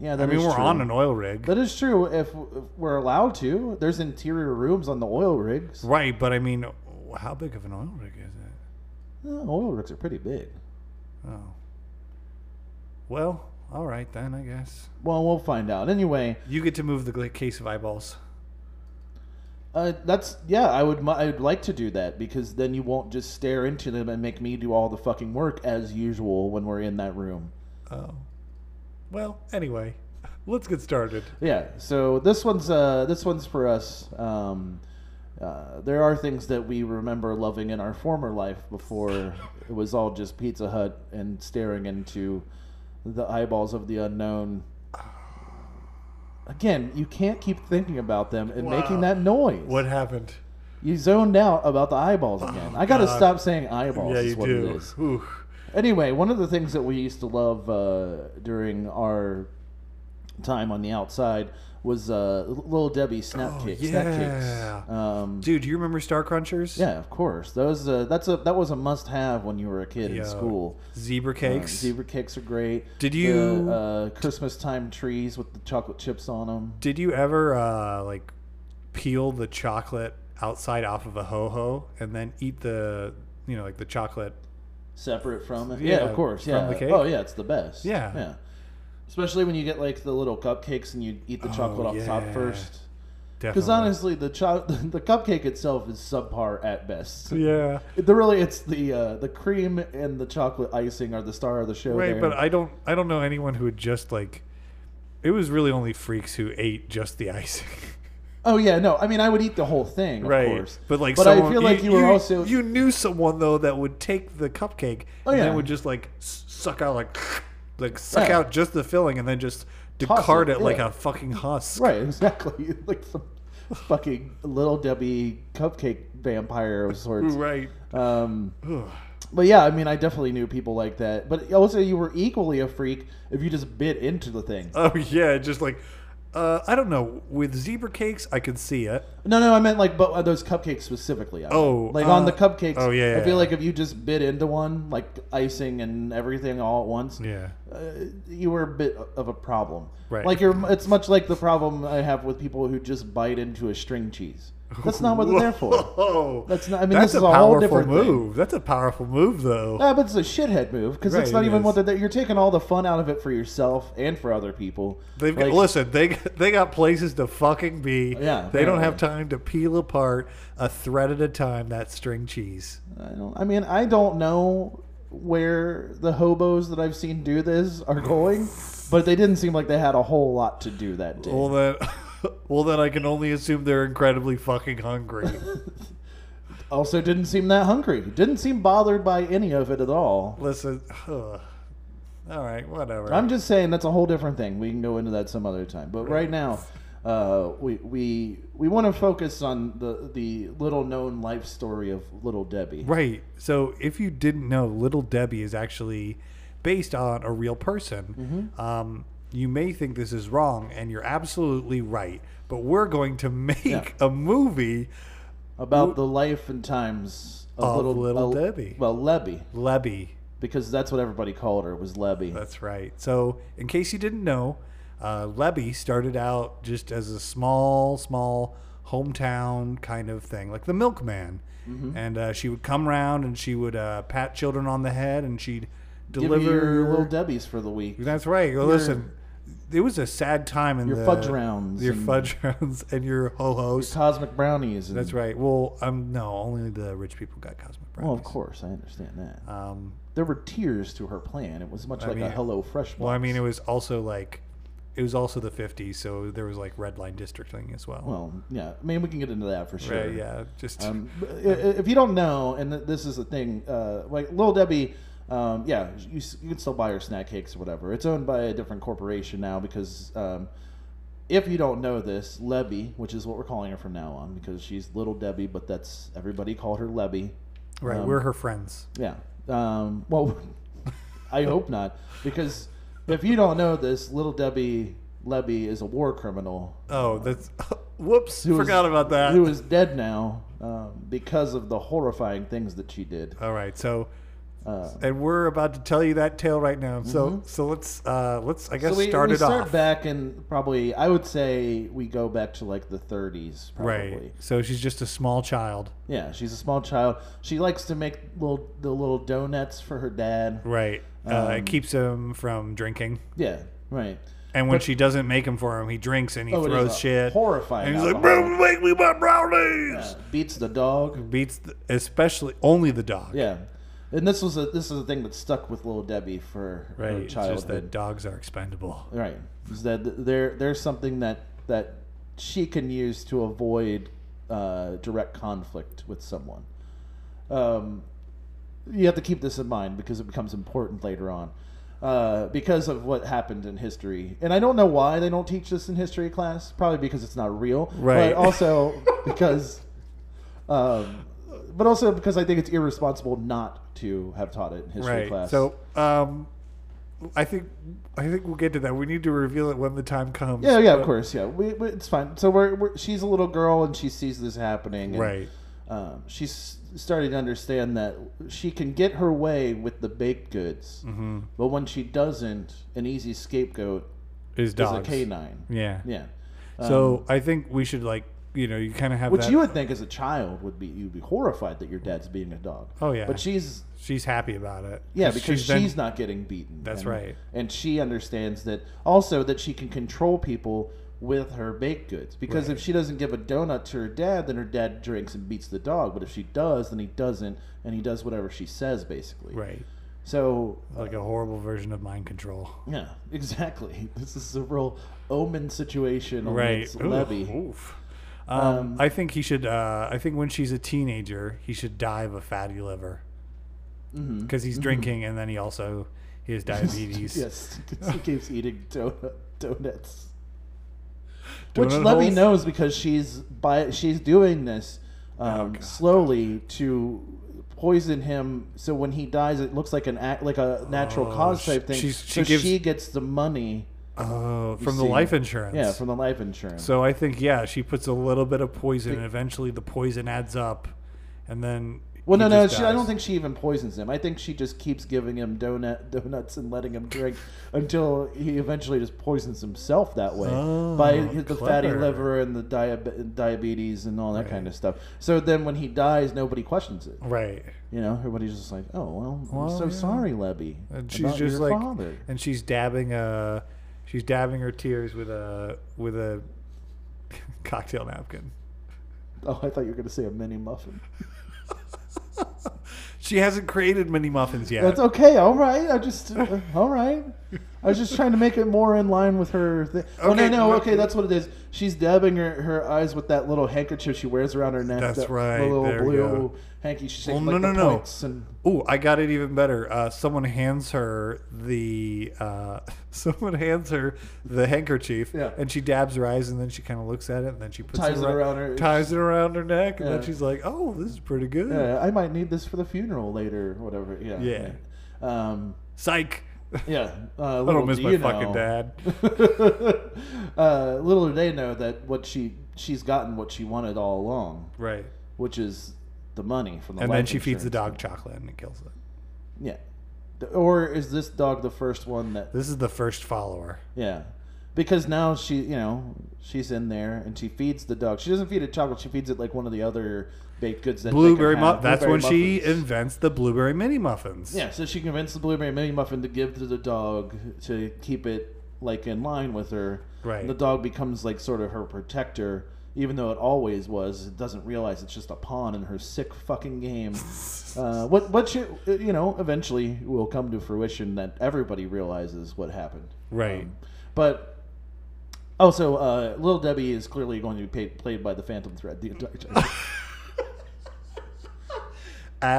[SPEAKER 1] Yeah.
[SPEAKER 2] I
[SPEAKER 1] that
[SPEAKER 2] mean,
[SPEAKER 1] is
[SPEAKER 2] we're
[SPEAKER 1] true.
[SPEAKER 2] on an oil rig,
[SPEAKER 1] That is true. If, if we're allowed to, there's interior rooms on the oil rigs.
[SPEAKER 2] right? But I mean, how big of an oil rig is it?
[SPEAKER 1] Uh, oil rigs are pretty big.
[SPEAKER 2] Oh, well, all right then, I guess.
[SPEAKER 1] Well, we'll find out. Anyway,
[SPEAKER 2] You get to move the gla- case of eyeballs.
[SPEAKER 1] uh, that's yeah. I would mu- I would like to do that because then you won't just stare into them and make me do all the fucking work as usual when we're in that room.
[SPEAKER 2] Oh. Well, anyway, let's get started.
[SPEAKER 1] Yeah. So this one's uh, this one's for us. Um, uh, there are things that we remember loving in our former life before it was all just Pizza Hut and staring into the eyeballs of the unknown. Again, you can't keep thinking about them and making
[SPEAKER 2] Wow.
[SPEAKER 1] that noise.
[SPEAKER 2] What happened?
[SPEAKER 1] You zoned out about the eyeballs again. I gotta
[SPEAKER 2] God.
[SPEAKER 1] stop saying eyeballs.
[SPEAKER 2] yeah,
[SPEAKER 1] is
[SPEAKER 2] you
[SPEAKER 1] what It
[SPEAKER 2] do.
[SPEAKER 1] is.
[SPEAKER 2] Ooh.
[SPEAKER 1] Anyway, one of the things that we used to love uh, during our time on the outside was uh, Little Debbie snap
[SPEAKER 2] Oh,
[SPEAKER 1] kicks, snap
[SPEAKER 2] yeah.
[SPEAKER 1] kicks. Um,
[SPEAKER 2] Dude, do you remember Star Crunchers?
[SPEAKER 1] yeah, of course. Those uh, that's a that was a must have when you were a kid
[SPEAKER 2] Yeah.
[SPEAKER 1] in school.
[SPEAKER 2] Zebra
[SPEAKER 1] Uh,
[SPEAKER 2] cakes.
[SPEAKER 1] zebra cakes are great.
[SPEAKER 2] Did
[SPEAKER 1] The,
[SPEAKER 2] you-
[SPEAKER 1] uh, Christmas time trees with the chocolate chips on them?
[SPEAKER 2] Did you ever uh, like peel the chocolate outside off of a ho ho and then eat the you know like the chocolate?
[SPEAKER 1] separate from it.
[SPEAKER 2] Yeah,
[SPEAKER 1] Yeah, of course.
[SPEAKER 2] from
[SPEAKER 1] Yeah.
[SPEAKER 2] the cake.
[SPEAKER 1] Oh yeah, it's the best.
[SPEAKER 2] Yeah.
[SPEAKER 1] Yeah. Especially when you get like the little cupcakes and you eat the chocolate off
[SPEAKER 2] Oh, yeah.
[SPEAKER 1] top first.
[SPEAKER 2] Definitely.
[SPEAKER 1] Because honestly, the cho- [LAUGHS] the cupcake itself is subpar at best.
[SPEAKER 2] yeah.
[SPEAKER 1] The really, it's the uh, the cream and the chocolate icing are the star of the show.
[SPEAKER 2] Right,
[SPEAKER 1] there.
[SPEAKER 2] but I don't I don't know anyone who would just like. It was really only freaks who ate just the [LAUGHS] icing.
[SPEAKER 1] oh yeah, no, I mean I would eat the whole thing, of
[SPEAKER 2] right,
[SPEAKER 1] course.
[SPEAKER 2] but like,
[SPEAKER 1] but
[SPEAKER 2] someone,
[SPEAKER 1] I feel like you, were also
[SPEAKER 2] you knew someone though that would take the cupcake
[SPEAKER 1] Oh,
[SPEAKER 2] and
[SPEAKER 1] yeah.
[SPEAKER 2] then would just like s- suck out like [LAUGHS] like suck
[SPEAKER 1] Yeah.
[SPEAKER 2] out just the filling and then just
[SPEAKER 1] it,
[SPEAKER 2] discard it, like
[SPEAKER 1] yeah.
[SPEAKER 2] a fucking
[SPEAKER 1] [LAUGHS]
[SPEAKER 2] husk.
[SPEAKER 1] right exactly [LAUGHS] like some fucking little Debbie cupcake vampire of sorts.
[SPEAKER 2] Right.
[SPEAKER 1] Um,
[SPEAKER 2] Ugh.
[SPEAKER 1] But yeah, I mean, I definitely knew people like that. But also, you were equally a freak if you just bit into the thing.
[SPEAKER 2] Oh yeah, just like uh, I don't know. With zebra cakes, I could see it.
[SPEAKER 1] No, no, I meant like, but uh, those cupcakes specifically. I meant.
[SPEAKER 2] Oh,
[SPEAKER 1] like on
[SPEAKER 2] uh,
[SPEAKER 1] the cupcakes.
[SPEAKER 2] oh, yeah,
[SPEAKER 1] I
[SPEAKER 2] yeah.
[SPEAKER 1] feel like if you just bit into one, like icing and everything all at once,
[SPEAKER 2] Yeah.
[SPEAKER 1] uh, you were a bit of a problem.
[SPEAKER 2] Right.
[SPEAKER 1] Like you're. It's much like the problem I have with people who just bite into a string cheese. That's not what they're there for.
[SPEAKER 2] Whoa.
[SPEAKER 1] That's not- I mean,
[SPEAKER 2] That's
[SPEAKER 1] this
[SPEAKER 2] a
[SPEAKER 1] is a whole
[SPEAKER 2] powerful
[SPEAKER 1] different thing.
[SPEAKER 2] move. That's a powerful move, though.
[SPEAKER 1] Yeah, Ah, but it's a shithead move because
[SPEAKER 2] Right,
[SPEAKER 1] it's not
[SPEAKER 2] it
[SPEAKER 1] even
[SPEAKER 2] is.
[SPEAKER 1] what they're there. You're taking all the fun out of it for yourself and for other people.
[SPEAKER 2] They've got,
[SPEAKER 1] Like-
[SPEAKER 2] listen. They [LAUGHS] they got places to fucking be.
[SPEAKER 1] Yeah,
[SPEAKER 2] They don't
[SPEAKER 1] apparently.
[SPEAKER 2] have time to peel apart a thread at a time that string cheese.
[SPEAKER 1] I don't. I mean, I don't know where the hobos that I've seen do this are going, but they didn't seem like they had a whole lot to do that day.
[SPEAKER 2] Well then, [LAUGHS] well then, I can only assume they're incredibly fucking hungry.
[SPEAKER 1] [LAUGHS] Also, didn't seem that hungry. Didn't seem bothered by any of it at all.
[SPEAKER 2] listen. ugh. All right, whatever.
[SPEAKER 1] I'm just saying that's a whole different thing. We can go into that some other time. But right now, uh, we we we want to focus on the the little known life story of Little Debbie.
[SPEAKER 2] Right. So if you didn't know, Little Debbie is actually based on a real person.
[SPEAKER 1] Mm-hmm.
[SPEAKER 2] Um, you may think this is wrong, and you're absolutely right. But we're going to [LAUGHS] make a movie,
[SPEAKER 1] About the life and times of,
[SPEAKER 2] Of
[SPEAKER 1] little,
[SPEAKER 2] Little
[SPEAKER 1] uh,
[SPEAKER 2] Debbie.
[SPEAKER 1] Well, Lebby,
[SPEAKER 2] Lebby.
[SPEAKER 1] because that's what everybody called her was Lebby.
[SPEAKER 2] That's right. So in case you didn't know, uh, Lebby started out just as a small, small hometown kind of thing, like the milkman.
[SPEAKER 1] Mm-hmm.
[SPEAKER 2] And uh, she would come round and she would uh, pat children on the head, and she'd deliver
[SPEAKER 1] Give you your little debbies for the week.
[SPEAKER 2] That's right. Well, listen, it was a sad time in
[SPEAKER 1] Your
[SPEAKER 2] the
[SPEAKER 1] fudge rounds
[SPEAKER 2] your
[SPEAKER 1] and-
[SPEAKER 2] fudge [LAUGHS] rounds, and your ho hos.
[SPEAKER 1] Cosmic brownies. And,
[SPEAKER 2] That's right. Well, um, no, only the rich people got cosmic brownies.
[SPEAKER 1] Well, of course, I understand that.
[SPEAKER 2] Um,
[SPEAKER 1] there were tears to her plan. It was much like
[SPEAKER 2] mean-
[SPEAKER 1] a Hello Fresh.
[SPEAKER 2] well, I mean, it
[SPEAKER 1] box.
[SPEAKER 2] was also like, it was also the '50s, so there was like red line districting as well.
[SPEAKER 1] well, yeah. I mean, we can get into that for sure.
[SPEAKER 2] Right, yeah, just
[SPEAKER 1] Um, but i- i- if you don't know, and th- this is the thing, uh, like Little Debbie, um, yeah, you, s- you can still buy her snack cakes or whatever. It's owned by a different corporation now because um, if you don't know this, Lebby, which is what we're calling her from now on, because she's Little Debbie, but that's everybody called her Lebby.
[SPEAKER 2] right.
[SPEAKER 1] um,
[SPEAKER 2] we're her friends.
[SPEAKER 1] Yeah. Um, well, [LAUGHS] I hope not, because if you don't know this, Little Debbie Lebby is a war criminal
[SPEAKER 2] Oh, that's [LAUGHS] whoops,
[SPEAKER 1] who is-
[SPEAKER 2] forgot about that.
[SPEAKER 1] Who is dead now um, because of the horrifying things that she did.
[SPEAKER 2] All right, so.
[SPEAKER 1] Uh,
[SPEAKER 2] And we're about to tell you that tale right now. So, so let's uh, let's I guess
[SPEAKER 1] Mm-hmm. so we,
[SPEAKER 2] start
[SPEAKER 1] we
[SPEAKER 2] it
[SPEAKER 1] start
[SPEAKER 2] off.
[SPEAKER 1] back in probably, I would say we go back to like the 30s, probably.
[SPEAKER 2] Right. So she's just a small child.
[SPEAKER 1] Yeah, she's a small child. She likes to make little the little donuts for her dad.
[SPEAKER 2] Right. uh,
[SPEAKER 1] Um,
[SPEAKER 2] it keeps him from drinking.
[SPEAKER 1] Yeah, right.
[SPEAKER 2] And when she doesn't make him for him, he drinks and he
[SPEAKER 1] Oh, it is
[SPEAKER 2] throws
[SPEAKER 1] a
[SPEAKER 2] shit.
[SPEAKER 1] horrifying
[SPEAKER 2] And he's like,
[SPEAKER 1] alcohol.
[SPEAKER 2] "Bro, make me my brownies."
[SPEAKER 1] Uh, beats the dog.
[SPEAKER 2] Beats the, especially only the dog.
[SPEAKER 1] Yeah, and this was a this is a thing that stuck with little Debbie for
[SPEAKER 2] Right.
[SPEAKER 1] her
[SPEAKER 2] It's just that
[SPEAKER 1] childhood.
[SPEAKER 2] dogs are expendable.
[SPEAKER 1] Right, is that there there's something that that she can use to avoid uh, direct conflict with someone. Um, you have to keep this in mind because it becomes important later on. Uh, because of what happened in history, and I don't know why they don't teach this in history class. Probably because it's not real,
[SPEAKER 2] Right.
[SPEAKER 1] But also [LAUGHS] because um, but also because I think it's irresponsible not to have taught it in history
[SPEAKER 2] Right.
[SPEAKER 1] class.
[SPEAKER 2] So, um I think I think we'll get to that. We need to reveal it when the time comes.
[SPEAKER 1] Yeah, yeah, of
[SPEAKER 2] but-
[SPEAKER 1] course, yeah. We, we, it's fine. So we're, we're she's a little girl and she sees this happening. and,
[SPEAKER 2] Right.
[SPEAKER 1] Um, she's starting to understand that she can get her way with the baked goods,
[SPEAKER 2] Mm-hmm.
[SPEAKER 1] but when she doesn't, an easy scapegoat
[SPEAKER 2] Is
[SPEAKER 1] is a
[SPEAKER 2] dogs.
[SPEAKER 1] canine.
[SPEAKER 2] Yeah.
[SPEAKER 1] Yeah.
[SPEAKER 2] So I think we should like you know you kind of have
[SPEAKER 1] Which
[SPEAKER 2] that.
[SPEAKER 1] you would think as a child would be you'd be horrified that your dad's beating a dog.
[SPEAKER 2] Oh, yeah.
[SPEAKER 1] But she's
[SPEAKER 2] she's happy about it.
[SPEAKER 1] yeah because she's,
[SPEAKER 2] been-
[SPEAKER 1] not getting beaten.
[SPEAKER 2] That's
[SPEAKER 1] and-
[SPEAKER 2] right.
[SPEAKER 1] And she understands that also that she can control people with her baked goods because if she doesn't give a donut to her dad, then her dad drinks and beats the dog. But if she does, then he doesn't, and he does whatever she says basically.
[SPEAKER 2] right.
[SPEAKER 1] So
[SPEAKER 2] Like a horrible version of mind control.
[SPEAKER 1] yeah, [LAUGHS] exactly. This is a real omen situation. On
[SPEAKER 2] Right.
[SPEAKER 1] Its
[SPEAKER 2] Ooh,
[SPEAKER 1] Oh, levy.
[SPEAKER 2] oof. Um, I think he should. Uh, I think when she's a teenager, he should die of a fatty liver
[SPEAKER 1] Mhm.
[SPEAKER 2] because he's drinking, and then he also he has
[SPEAKER 1] [LAUGHS]
[SPEAKER 2] diabetes.
[SPEAKER 1] Yes, [LAUGHS] he keeps eating donut, donuts. Which
[SPEAKER 2] Donut
[SPEAKER 1] Levy
[SPEAKER 2] holes?
[SPEAKER 1] knows because she's by she's doing this um,
[SPEAKER 2] Oh, God.
[SPEAKER 1] slowly to poison him. So when he dies, it looks like an act like a natural
[SPEAKER 2] Oh,
[SPEAKER 1] cause
[SPEAKER 2] she-
[SPEAKER 1] type thing.
[SPEAKER 2] she's- she
[SPEAKER 1] so
[SPEAKER 2] gives-
[SPEAKER 1] she gets the money.
[SPEAKER 2] Oh, from the
[SPEAKER 1] see.
[SPEAKER 2] life insurance.
[SPEAKER 1] Yeah, from the life insurance.
[SPEAKER 2] so I think yeah, she puts a little bit of poison, and eventually the poison adds up, and then.
[SPEAKER 1] well,
[SPEAKER 2] he
[SPEAKER 1] no, no,
[SPEAKER 2] just
[SPEAKER 1] she, I don't
[SPEAKER 2] dies.
[SPEAKER 1] think she even poisons him. I think she just keeps giving him donut [LAUGHS] donuts and letting him drink until he eventually just poisons himself that way
[SPEAKER 2] Oh,
[SPEAKER 1] by the fatty
[SPEAKER 2] clever.
[SPEAKER 1] liver and the diabe- diabetes and all that kind of stuff. So then when he dies, nobody questions it.
[SPEAKER 2] Right.
[SPEAKER 1] You know, everybody's just like, "Oh well,
[SPEAKER 2] Well,
[SPEAKER 1] I'm so
[SPEAKER 2] yeah.
[SPEAKER 1] sorry, Lebby."
[SPEAKER 2] And she's
[SPEAKER 1] about
[SPEAKER 2] just
[SPEAKER 1] your
[SPEAKER 2] like,
[SPEAKER 1] father. [LAUGHS]
[SPEAKER 2] and she's dabbing uh she's dabbing her tears with a with a [LAUGHS] cocktail napkin.
[SPEAKER 1] "Oh, I thought you were going to say a mini muffin."
[SPEAKER 2] She hasn't created mini muffins yet.
[SPEAKER 1] That's okay. All right, I just uh, all right. I was just trying to make it more in line with her. Thi- oh no,
[SPEAKER 2] Okay,
[SPEAKER 1] no,
[SPEAKER 2] but-
[SPEAKER 1] okay, that's what it is. She's dabbing her, her eyes with that little handkerchief she wears around her neck.
[SPEAKER 2] That's
[SPEAKER 1] that
[SPEAKER 2] right,
[SPEAKER 1] Little
[SPEAKER 2] there you
[SPEAKER 1] blue
[SPEAKER 2] go.
[SPEAKER 1] hanky. She's
[SPEAKER 2] Well,
[SPEAKER 1] taking
[SPEAKER 2] no,
[SPEAKER 1] like,
[SPEAKER 2] no,
[SPEAKER 1] the
[SPEAKER 2] no.
[SPEAKER 1] points and
[SPEAKER 2] Oh, I got it even better. Uh, someone hands her the uh, [LAUGHS] someone hands her the handkerchief,
[SPEAKER 1] Yeah.
[SPEAKER 2] and she dabs her eyes, and then she kind of looks at it, and then she puts
[SPEAKER 1] Ties it around her-
[SPEAKER 2] ties it around her neck, and then
[SPEAKER 1] Yeah.
[SPEAKER 2] she's like, "Oh, this is pretty good."
[SPEAKER 1] yeah, uh, I might need this for the funeral later, or whatever. Yeah,
[SPEAKER 2] Yeah.
[SPEAKER 1] Um,
[SPEAKER 2] Psych. [LAUGHS]
[SPEAKER 1] yeah. Uh,
[SPEAKER 2] I
[SPEAKER 1] little
[SPEAKER 2] don't miss
[SPEAKER 1] do
[SPEAKER 2] my
[SPEAKER 1] you
[SPEAKER 2] fucking
[SPEAKER 1] know.
[SPEAKER 2] dad.
[SPEAKER 1] [LAUGHS] uh, little do they know that what she she's gotten what she wanted all along,
[SPEAKER 2] Right.
[SPEAKER 1] which is the money from the.
[SPEAKER 2] And then
[SPEAKER 1] life
[SPEAKER 2] she feeds the
[SPEAKER 1] insurance.
[SPEAKER 2] dog chocolate and it kills it.
[SPEAKER 1] Yeah, Th- or is this dog the first one that?
[SPEAKER 2] This is the first follower.
[SPEAKER 1] Yeah, because now she you know she's in there and she feeds the dog. She doesn't feed it chocolate. She feeds it like one of the other baked goods that they can
[SPEAKER 2] Blueberry
[SPEAKER 1] have,
[SPEAKER 2] muff. That's when
[SPEAKER 1] blueberry
[SPEAKER 2] she
[SPEAKER 1] muffins.
[SPEAKER 2] invents the blueberry mini muffins.
[SPEAKER 1] Yeah, so she convinced the blueberry mini muffin to give to the dog to keep it like in line with her.
[SPEAKER 2] Right.
[SPEAKER 1] The dog becomes like sort of her protector, even though it always was. It doesn't realize it's just a pawn in her sick fucking game. uh, what what she, you know eventually will come to fruition that everybody realizes what happened.
[SPEAKER 2] Right.
[SPEAKER 1] Um, but also, uh, Little Debbie is clearly going to be paid, played by the Phantom Thread the entire time.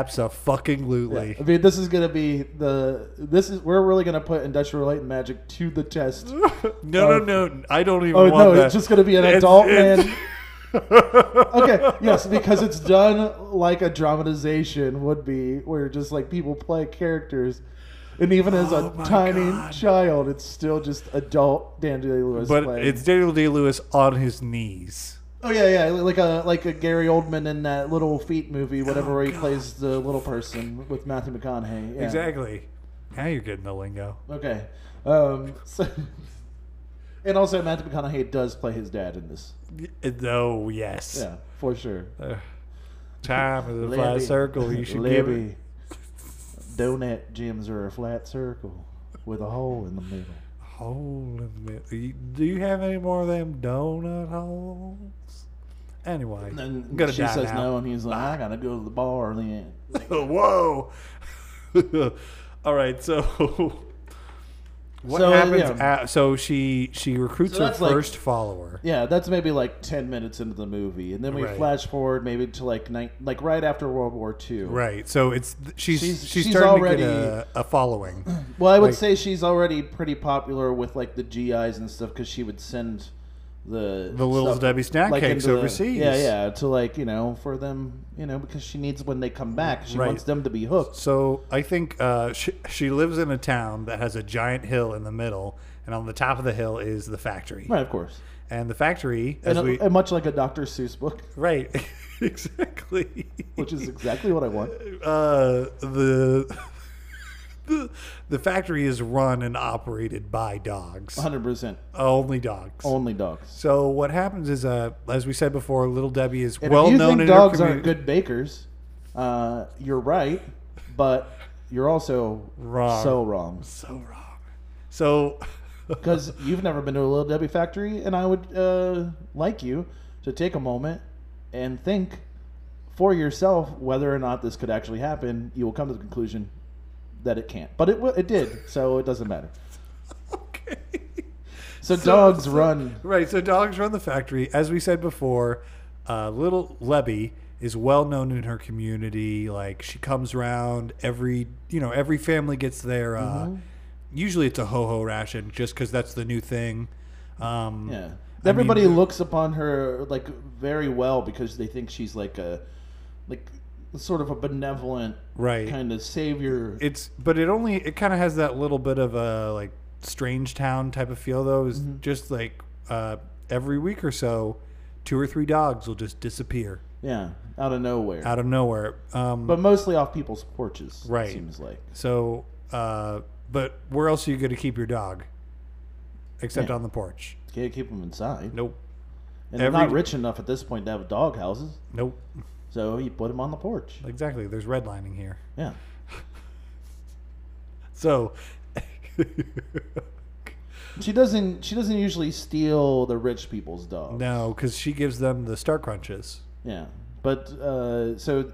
[SPEAKER 2] Absolutely.
[SPEAKER 1] I mean, this is gonna be the this is we're really gonna put industrial light and magic to the test.
[SPEAKER 2] [LAUGHS] No, no, no. I don't even
[SPEAKER 1] Oh
[SPEAKER 2] want
[SPEAKER 1] no,
[SPEAKER 2] that.
[SPEAKER 1] it's just gonna be an
[SPEAKER 2] It's-
[SPEAKER 1] adult
[SPEAKER 2] it's-
[SPEAKER 1] man. okay, yes, because it's done like a dramatization would be, where just like people play characters, and even as
[SPEAKER 2] Oh, my
[SPEAKER 1] a tiny
[SPEAKER 2] God.
[SPEAKER 1] child, it's still just adult Dan Day Lewis.
[SPEAKER 2] [LAUGHS] But
[SPEAKER 1] playing.
[SPEAKER 2] it's Daniel Day Lewis on his knees.
[SPEAKER 1] oh yeah, yeah, like a like a Gary Oldman in that little feet movie,
[SPEAKER 2] Oh
[SPEAKER 1] whatever, where he plays the little person with Matthew McConaughey. Yeah.
[SPEAKER 2] Exactly. Now you're getting the lingo.
[SPEAKER 1] Okay. Um, [LAUGHS] so, and also, Matthew McConaughey does play his dad in this.
[SPEAKER 2] Y- Oh yes.
[SPEAKER 1] Yeah, for sure.
[SPEAKER 2] Uh, time is a
[SPEAKER 1] Libby-
[SPEAKER 2] flat circle. You should give
[SPEAKER 1] Libby,
[SPEAKER 2] it.
[SPEAKER 1] Donut gyms are a flat circle with a hole in the middle.
[SPEAKER 2] Hole in the middle. You- Do you have any more of them donut holes? Anyway,
[SPEAKER 1] And
[SPEAKER 2] I'm
[SPEAKER 1] then
[SPEAKER 2] gonna
[SPEAKER 1] she
[SPEAKER 2] die
[SPEAKER 1] says
[SPEAKER 2] now.
[SPEAKER 1] no, and he's like, I gotta go to the bar then.
[SPEAKER 2] [LAUGHS] Whoa. All right, so [LAUGHS] what
[SPEAKER 1] So,
[SPEAKER 2] happens?
[SPEAKER 1] yeah.
[SPEAKER 2] a- so she she recruits
[SPEAKER 1] So
[SPEAKER 2] her
[SPEAKER 1] that's like-
[SPEAKER 2] first follower.
[SPEAKER 1] Yeah, that's maybe like ten minutes into the movie, and then we
[SPEAKER 2] Right.
[SPEAKER 1] flash forward maybe to like ni- like right after World War II.
[SPEAKER 2] Right. So it's she's she's,
[SPEAKER 1] She's- she's
[SPEAKER 2] starting
[SPEAKER 1] already-
[SPEAKER 2] to get a,
[SPEAKER 1] [CLEARS THROAT]
[SPEAKER 2] a following.
[SPEAKER 1] Well, I would
[SPEAKER 2] Like-
[SPEAKER 1] say she's already pretty popular with like the GIs and stuff because she would send the
[SPEAKER 2] The Little's
[SPEAKER 1] stuff-
[SPEAKER 2] Debbie snack
[SPEAKER 1] like
[SPEAKER 2] cakes
[SPEAKER 1] into the-
[SPEAKER 2] overseas.
[SPEAKER 1] Yeah, yeah, to like you know for them, you know, because she needs when they come back, she
[SPEAKER 2] Right.
[SPEAKER 1] wants them to be hooked.
[SPEAKER 2] So I think uh, she, she lives in a town that has a giant hill in the middle, and on the top of the hill is the factory.
[SPEAKER 1] Right, of course,
[SPEAKER 2] And the factory, as
[SPEAKER 1] and, uh,
[SPEAKER 2] we
[SPEAKER 1] and much like a Dr. Seuss book, [LAUGHS]
[SPEAKER 2] right, [LAUGHS] exactly.
[SPEAKER 1] which is exactly what I
[SPEAKER 2] [LAUGHS]
[SPEAKER 1] want.
[SPEAKER 2] uh, the. [LAUGHS] The, the factory is run and operated by dogs,
[SPEAKER 1] 100 percent
[SPEAKER 2] only dogs.
[SPEAKER 1] only dogs.
[SPEAKER 2] So what happens is, uh, as we said before, Little Debbie is
[SPEAKER 1] And
[SPEAKER 2] well
[SPEAKER 1] if you
[SPEAKER 2] known
[SPEAKER 1] think
[SPEAKER 2] in her
[SPEAKER 1] dogs aren't
[SPEAKER 2] community.
[SPEAKER 1] good bakers, uh, you're right, but you're also
[SPEAKER 2] Wrong.
[SPEAKER 1] so wrong.
[SPEAKER 2] So wrong. So [LAUGHS]
[SPEAKER 1] Because you've never been to a Little Debbie factory, and I would uh, like you to take a moment and think for yourself whether or not this could actually happen. You will come to the conclusion that it can't, but it w- it did, so it doesn't matter.
[SPEAKER 2] okay.
[SPEAKER 1] So,
[SPEAKER 2] So-
[SPEAKER 1] dogs
[SPEAKER 2] so-
[SPEAKER 1] run.
[SPEAKER 2] Right. So dogs run the factory, as we said before. Uh, little Lebby is well known in her community. Like she comes around every, you know, every family gets their. Uh,
[SPEAKER 1] Mm-hmm.
[SPEAKER 2] Usually it's a ho ho ration, just because that's the new thing. Um,
[SPEAKER 1] Yeah,
[SPEAKER 2] I
[SPEAKER 1] everybody
[SPEAKER 2] mean-
[SPEAKER 1] looks upon her like very well because they think she's like a like sort of a benevolent
[SPEAKER 2] Right.
[SPEAKER 1] kind of savior.
[SPEAKER 2] it's but it only it kind of has that little bit of a like strange town type of feel though is
[SPEAKER 1] Mm-hmm.
[SPEAKER 2] just like uh every week or so two or three dogs will just disappear
[SPEAKER 1] yeah, out of nowhere,
[SPEAKER 2] out of nowhere um
[SPEAKER 1] but mostly off people's porches.
[SPEAKER 2] Right.
[SPEAKER 1] it seems like.
[SPEAKER 2] so uh but where else are you going to keep your dog except on the porch
[SPEAKER 1] Can't keep them inside.
[SPEAKER 2] nope
[SPEAKER 1] And they're not
[SPEAKER 2] every-
[SPEAKER 1] rich enough at this point to have dog houses,
[SPEAKER 2] nope
[SPEAKER 1] so you put them on the porch.
[SPEAKER 2] exactly there's redlining here
[SPEAKER 1] Yeah.
[SPEAKER 2] so [LAUGHS]
[SPEAKER 1] She doesn't. She doesn't usually steal the rich people's dogs.
[SPEAKER 2] no because she gives them the star crunches
[SPEAKER 1] Yeah, but uh, so,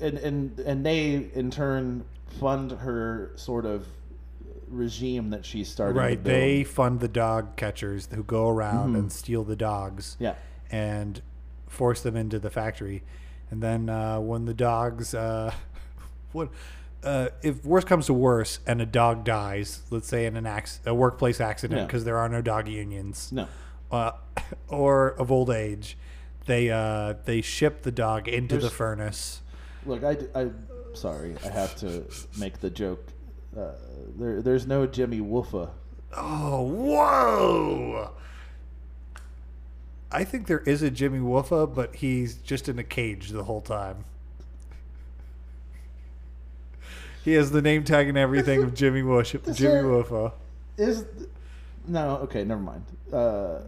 [SPEAKER 1] and and and they in turn fund her sort of regime that she started. to
[SPEAKER 2] Right.
[SPEAKER 1] build. Mm-hmm.
[SPEAKER 2] They fund the dog catchers who go around and steal the dogs
[SPEAKER 1] Yeah.
[SPEAKER 2] and force them into the factory. And then uh, when the dogs, uh, [LAUGHS] what, uh, if worse comes to worse and a dog dies, let's say in an acc- a workplace accident
[SPEAKER 1] Yeah.
[SPEAKER 2] because there are no dog unions,
[SPEAKER 1] No.
[SPEAKER 2] uh, [LAUGHS] or of old age, they uh, they ship the dog into the furnace.
[SPEAKER 1] Look, I. I sorry, I have to make the joke. Uh, there, there's no Jimmy Woofa.
[SPEAKER 2] Oh, whoa! I think there is a Jimmy Woofa, but he's just in a cage the whole time. He has the name tag and everything of Jimmy Woofa. Jimmy
[SPEAKER 1] there-
[SPEAKER 2] Woofa.
[SPEAKER 1] Is no okay. Never mind. Uh,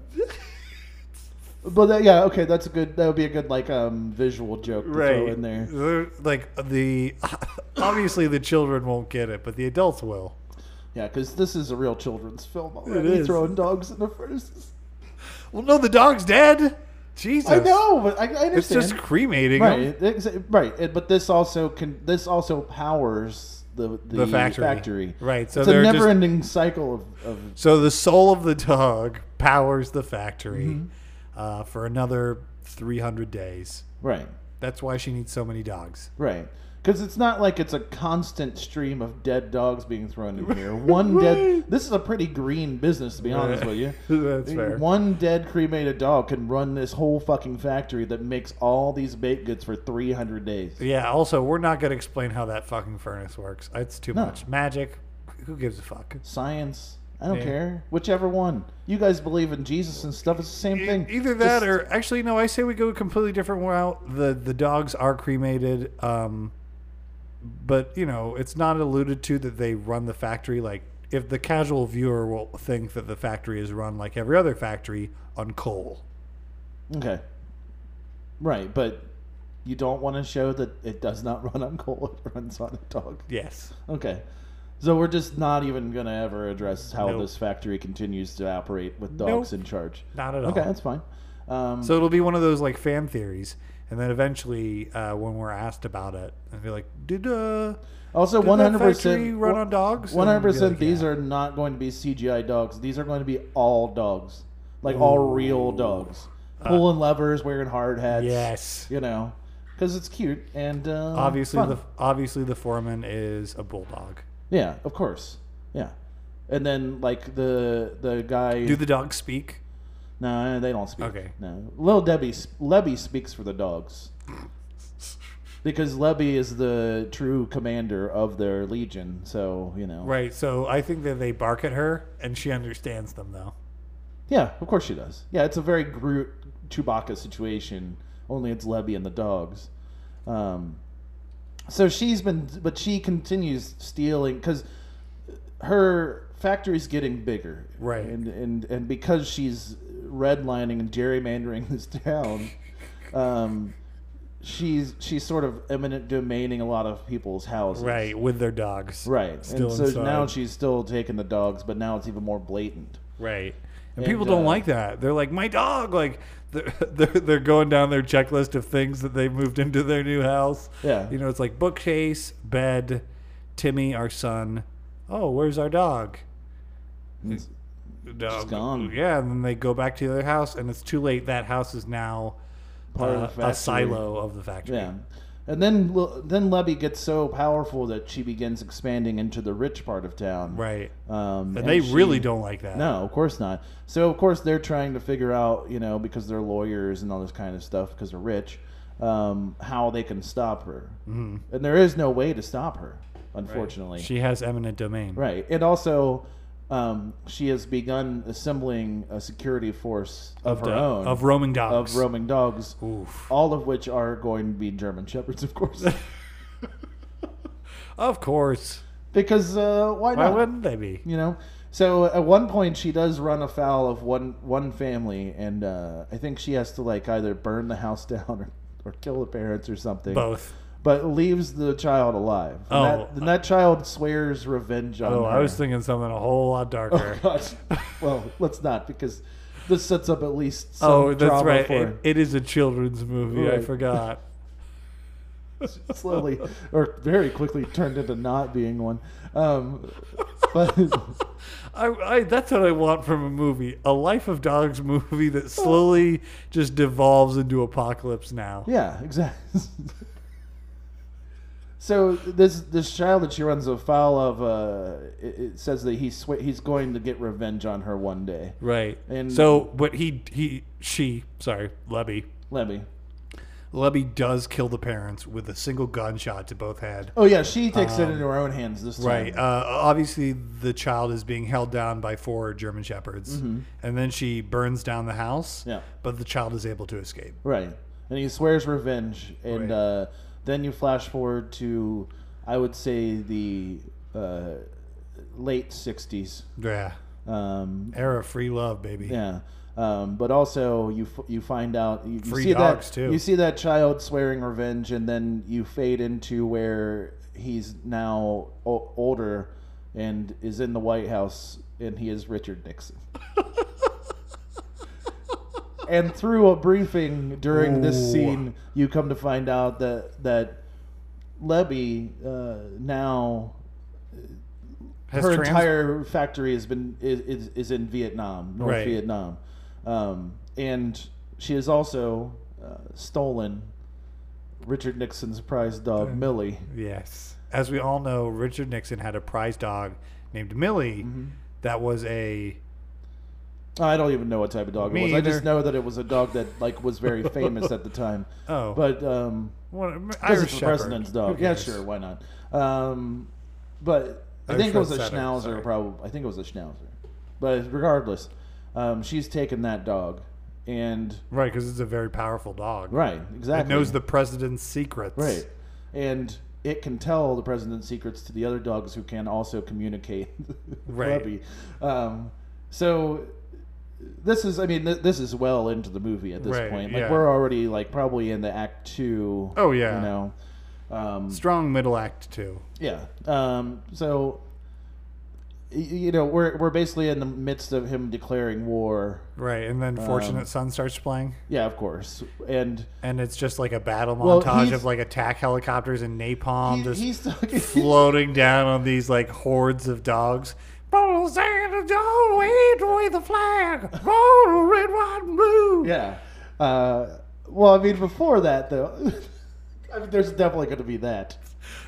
[SPEAKER 1] but that, yeah, okay. That's a good. That would be a good like um visual joke to throw in there.
[SPEAKER 2] They're- Like the obviously the children won't get it, but the adults will.
[SPEAKER 1] Yeah, because this is a real children's film. Already
[SPEAKER 2] is.
[SPEAKER 1] throwing dogs in the furnaces.
[SPEAKER 2] Well, no, the dog's dead. Jesus,
[SPEAKER 1] I know, but I, I understand.
[SPEAKER 2] It's just cremating.
[SPEAKER 1] right,
[SPEAKER 2] him.
[SPEAKER 1] exa- right. It- But this also can. This also powers the the,
[SPEAKER 2] The factory. Right, so
[SPEAKER 1] it's a
[SPEAKER 2] they're just-
[SPEAKER 1] never-ending cycle of, of
[SPEAKER 2] So the soul of the dog [LAUGHS] powers the factory
[SPEAKER 1] Mm-hmm.
[SPEAKER 2] uh, for another 300 days.
[SPEAKER 1] right,
[SPEAKER 2] That's why she needs so many dogs.
[SPEAKER 1] right. Because it's not like it's a constant stream of dead dogs being thrown in
[SPEAKER 2] [LAUGHS]
[SPEAKER 1] here. One dead. This is a pretty green business, to be honest with you.
[SPEAKER 2] [LAUGHS] That's fair.
[SPEAKER 1] One dead cremated dog can run this whole fucking factory that makes all these baked goods for 300 days.
[SPEAKER 2] Yeah, also, we're not going to explain how that fucking furnace works. It's too
[SPEAKER 1] No.
[SPEAKER 2] much. Magic. Who gives a fuck?
[SPEAKER 1] science. I don't
[SPEAKER 2] Yeah.
[SPEAKER 1] care. Whichever one. You guys believe in Jesus and stuff. It's the same
[SPEAKER 2] E-
[SPEAKER 1] thing.
[SPEAKER 2] Either that
[SPEAKER 1] Just-
[SPEAKER 2] or actually, no, I say we go a completely different route. The, the dogs are cremated. Um, but, you know, it's not alluded to that they run the factory. Like, if the casual viewer will think that the factory is run like every other factory on coal.
[SPEAKER 1] okay, right, but you don't want to show that it does not [LAUGHS] run on coal. It runs on a dog.
[SPEAKER 2] Yes.
[SPEAKER 1] Okay, so we're just not even gonna ever address how
[SPEAKER 2] Nope.
[SPEAKER 1] this factory continues to operate with dogs
[SPEAKER 2] Nope.
[SPEAKER 1] in charge.
[SPEAKER 2] Not at all.
[SPEAKER 1] Okay, that's fine. Um,
[SPEAKER 2] So it'll be one of those like fan theories, and then eventually, uh, when we're asked about it, I'll be like, "Did
[SPEAKER 1] Oh,
[SPEAKER 2] uh,
[SPEAKER 1] also,
[SPEAKER 2] did
[SPEAKER 1] one
[SPEAKER 2] that
[SPEAKER 1] hundred
[SPEAKER 2] factory
[SPEAKER 1] percent
[SPEAKER 2] run on dogs?"
[SPEAKER 1] One hundred percent. These are not going to be CGI dogs. These are going to be all dogs, like all real dogs, pulling levers, wearing hard hats.
[SPEAKER 2] Uh, yes.
[SPEAKER 1] you know, because it's cute and uh,
[SPEAKER 2] Obviously,
[SPEAKER 1] fun.
[SPEAKER 2] the obviously the foreman is a bulldog.
[SPEAKER 1] yeah, of course, yeah. And then like the the guy,
[SPEAKER 2] Do the dogs speak?
[SPEAKER 1] No, they don't speak.
[SPEAKER 2] Okay.
[SPEAKER 1] No, Little Debbie sp- Lebby speaks for the dogs because Lebby is the true commander of their legion. So you know.
[SPEAKER 2] Right. So I think that they bark at her, and she understands them though.
[SPEAKER 1] Yeah, of course she does. Yeah, it's a very Groot Chewbacca situation. Only it's Lebby and the dogs. Um, so she's been, but she continues stealing because her factory's getting bigger,
[SPEAKER 2] Right.
[SPEAKER 1] And and and because she's redlining and gerrymandering [LAUGHS] this town, um, she's she's sort of eminent domaining a lot of people's houses,
[SPEAKER 2] Right. With their dogs.
[SPEAKER 1] Right.
[SPEAKER 2] Still
[SPEAKER 1] and so
[SPEAKER 2] inside.
[SPEAKER 1] now she's still taking the dogs, but now it's even more blatant.
[SPEAKER 2] Right. And,
[SPEAKER 1] And,
[SPEAKER 2] people don't
[SPEAKER 1] uh,
[SPEAKER 2] like that. They're like, my dog. Like, [LAUGHS] they're, they're, they're going down their checklist of things that they moved into their new house.
[SPEAKER 1] Yeah.
[SPEAKER 2] You know, it's like bookcase, bed, Timmy, our son. Oh, where's our dog?
[SPEAKER 1] It's-
[SPEAKER 2] Dog.
[SPEAKER 1] gone.
[SPEAKER 2] Yeah. And then they go back to their house, and it's too late. That house is now
[SPEAKER 1] Part of the
[SPEAKER 2] uh,
[SPEAKER 1] factory.
[SPEAKER 2] a silo of the factory.
[SPEAKER 1] Yeah. And then Le- then Lebby gets so powerful that she begins expanding into the rich part of town.
[SPEAKER 2] Right.
[SPEAKER 1] Um,
[SPEAKER 2] And, they
[SPEAKER 1] she-
[SPEAKER 2] really don't like that.
[SPEAKER 1] No, of course not. So of course they're trying to figure out, you know, because they're lawyers and all this kind of stuff, because they're rich, um, how they can stop her. Mm-hmm. And there is no way to stop her, unfortunately.
[SPEAKER 2] She has eminent domain.
[SPEAKER 1] Right. And also, um, she has begun assembling a security force of, her
[SPEAKER 2] do-
[SPEAKER 1] own
[SPEAKER 2] of roaming dogs.
[SPEAKER 1] of roaming dogs,
[SPEAKER 2] Oof.
[SPEAKER 1] all of which are going to be German shepherds, of course. [LAUGHS]
[SPEAKER 2] Of course.
[SPEAKER 1] because uh, why
[SPEAKER 2] Why
[SPEAKER 1] not?
[SPEAKER 2] wouldn't they be?
[SPEAKER 1] you know. So at one point, she does run afoul of one one family, and uh, I think she has to like either burn the house [LAUGHS] down or, or kill the parents or something.
[SPEAKER 2] Both.
[SPEAKER 1] But leaves the child alive. And
[SPEAKER 2] Oh.
[SPEAKER 1] that, and that child swears revenge on
[SPEAKER 2] Oh,
[SPEAKER 1] her.
[SPEAKER 2] I was thinking something a whole
[SPEAKER 1] [LAUGHS]
[SPEAKER 2] lot
[SPEAKER 1] Oh
[SPEAKER 2] darker. Oh,
[SPEAKER 1] God. well, let's not because this sets up at least. Some
[SPEAKER 2] Oh, that's
[SPEAKER 1] drama
[SPEAKER 2] right.
[SPEAKER 1] For
[SPEAKER 2] It, it is a children's movie. I
[SPEAKER 1] Right.
[SPEAKER 2] forgot.
[SPEAKER 1] [LAUGHS] slowly or very quickly turned into not being one. Um, but
[SPEAKER 2] I, I, that's what I want from a movie. A Life of Dogs movie
[SPEAKER 1] Oh.
[SPEAKER 2] that slowly just devolves into apocalypse now.
[SPEAKER 1] yeah, exactly. [LAUGHS] so this this child that she runs afoul of, uh, it, it says that he's swe- he's going to get revenge on her one day.
[SPEAKER 2] Right.
[SPEAKER 1] And-
[SPEAKER 2] so, but he, he, she, sorry, Lebby.
[SPEAKER 1] Levy.
[SPEAKER 2] Lebby does kill the parents with a single gunshot to both head.
[SPEAKER 1] Oh yeah, she takes it into her own hands this time.
[SPEAKER 2] Um, Right. Uh, obviously, the child is being held down by four German shepherds, and then she burns down the house.
[SPEAKER 1] Mm-hmm. Yeah.
[SPEAKER 2] But the child is able to escape.
[SPEAKER 1] Right. And he swears revenge. And
[SPEAKER 2] Right.
[SPEAKER 1] uh, then you flash forward to, I would say, the uh, late 60s.
[SPEAKER 2] Yeah.
[SPEAKER 1] Um,
[SPEAKER 2] Era of free love, baby.
[SPEAKER 1] yeah. Um, but also, you f- you find out you, you
[SPEAKER 2] Free
[SPEAKER 1] see
[SPEAKER 2] dogs,
[SPEAKER 1] that
[SPEAKER 2] too.
[SPEAKER 1] you see that child swearing revenge, and then you fade into where he's now o- older and is in the White House, and he is Richard
[SPEAKER 2] [LAUGHS]
[SPEAKER 1] Nixon. and through a briefing during
[SPEAKER 2] Ooh.
[SPEAKER 1] this scene, you come to find out that that Lebby uh, now
[SPEAKER 2] Has
[SPEAKER 1] her
[SPEAKER 2] trans-
[SPEAKER 1] entire factory has been is, is, is in Vietnam, North
[SPEAKER 2] Right.
[SPEAKER 1] Vietnam, um, and she has also uh, stolen Richard Nixon's prize dog Millie.
[SPEAKER 2] Yes. As we all know, Richard Nixon had a prize dog named Millie
[SPEAKER 1] Mm-hmm.
[SPEAKER 2] that was a.
[SPEAKER 1] I don't even know what type of dog
[SPEAKER 2] Me
[SPEAKER 1] it was. I
[SPEAKER 2] either.
[SPEAKER 1] just know that it was a dog that like was
[SPEAKER 2] [LAUGHS]
[SPEAKER 1] very famous at the time.
[SPEAKER 2] Oh.
[SPEAKER 1] but um,
[SPEAKER 2] What,
[SPEAKER 1] because
[SPEAKER 2] Irish
[SPEAKER 1] it's the
[SPEAKER 2] Shepherd.
[SPEAKER 1] president's
[SPEAKER 2] Who
[SPEAKER 1] dog. Yeah,
[SPEAKER 2] cares?
[SPEAKER 1] sure, why not? Um, but I
[SPEAKER 2] Irish
[SPEAKER 1] think it was a
[SPEAKER 2] Red Setter, sorry.
[SPEAKER 1] schnauzer. Probably, I think it was a schnauzer. But regardless, um, she's taken that dog, and
[SPEAKER 2] Right, because it's a very powerful dog.
[SPEAKER 1] right,
[SPEAKER 2] It
[SPEAKER 1] exactly,
[SPEAKER 2] knows the president's secrets.
[SPEAKER 1] right, and it can tell the president's secrets to the other dogs who can also communicate. [LAUGHS] with
[SPEAKER 2] Right.
[SPEAKER 1] Puppy. Um, so. This is, I mean, th- this is well into the movie at this
[SPEAKER 2] Right,
[SPEAKER 1] point. Like
[SPEAKER 2] yeah.
[SPEAKER 1] we're already like probably in the act two.
[SPEAKER 2] Oh, yeah.
[SPEAKER 1] you know, um,
[SPEAKER 2] Strong middle act, too.
[SPEAKER 1] yeah. Um, so, y- you know, we're we're basically in the midst of him declaring war.
[SPEAKER 2] Right. And then
[SPEAKER 1] Um,
[SPEAKER 2] Fortunate Son starts playing.
[SPEAKER 1] Yeah, of course. And
[SPEAKER 2] and it's just like a battle
[SPEAKER 1] Well,
[SPEAKER 2] montage
[SPEAKER 1] he's-
[SPEAKER 2] of like attack helicopters and napalm
[SPEAKER 1] he-
[SPEAKER 2] just
[SPEAKER 1] he's talking.
[SPEAKER 2] floating down on these like hordes of dogs. Balls and don't wait away the flag. Roll red, white, and blue.
[SPEAKER 1] yeah. Uh, well, I mean, before that though, [LAUGHS] I mean, there's definitely going to be that.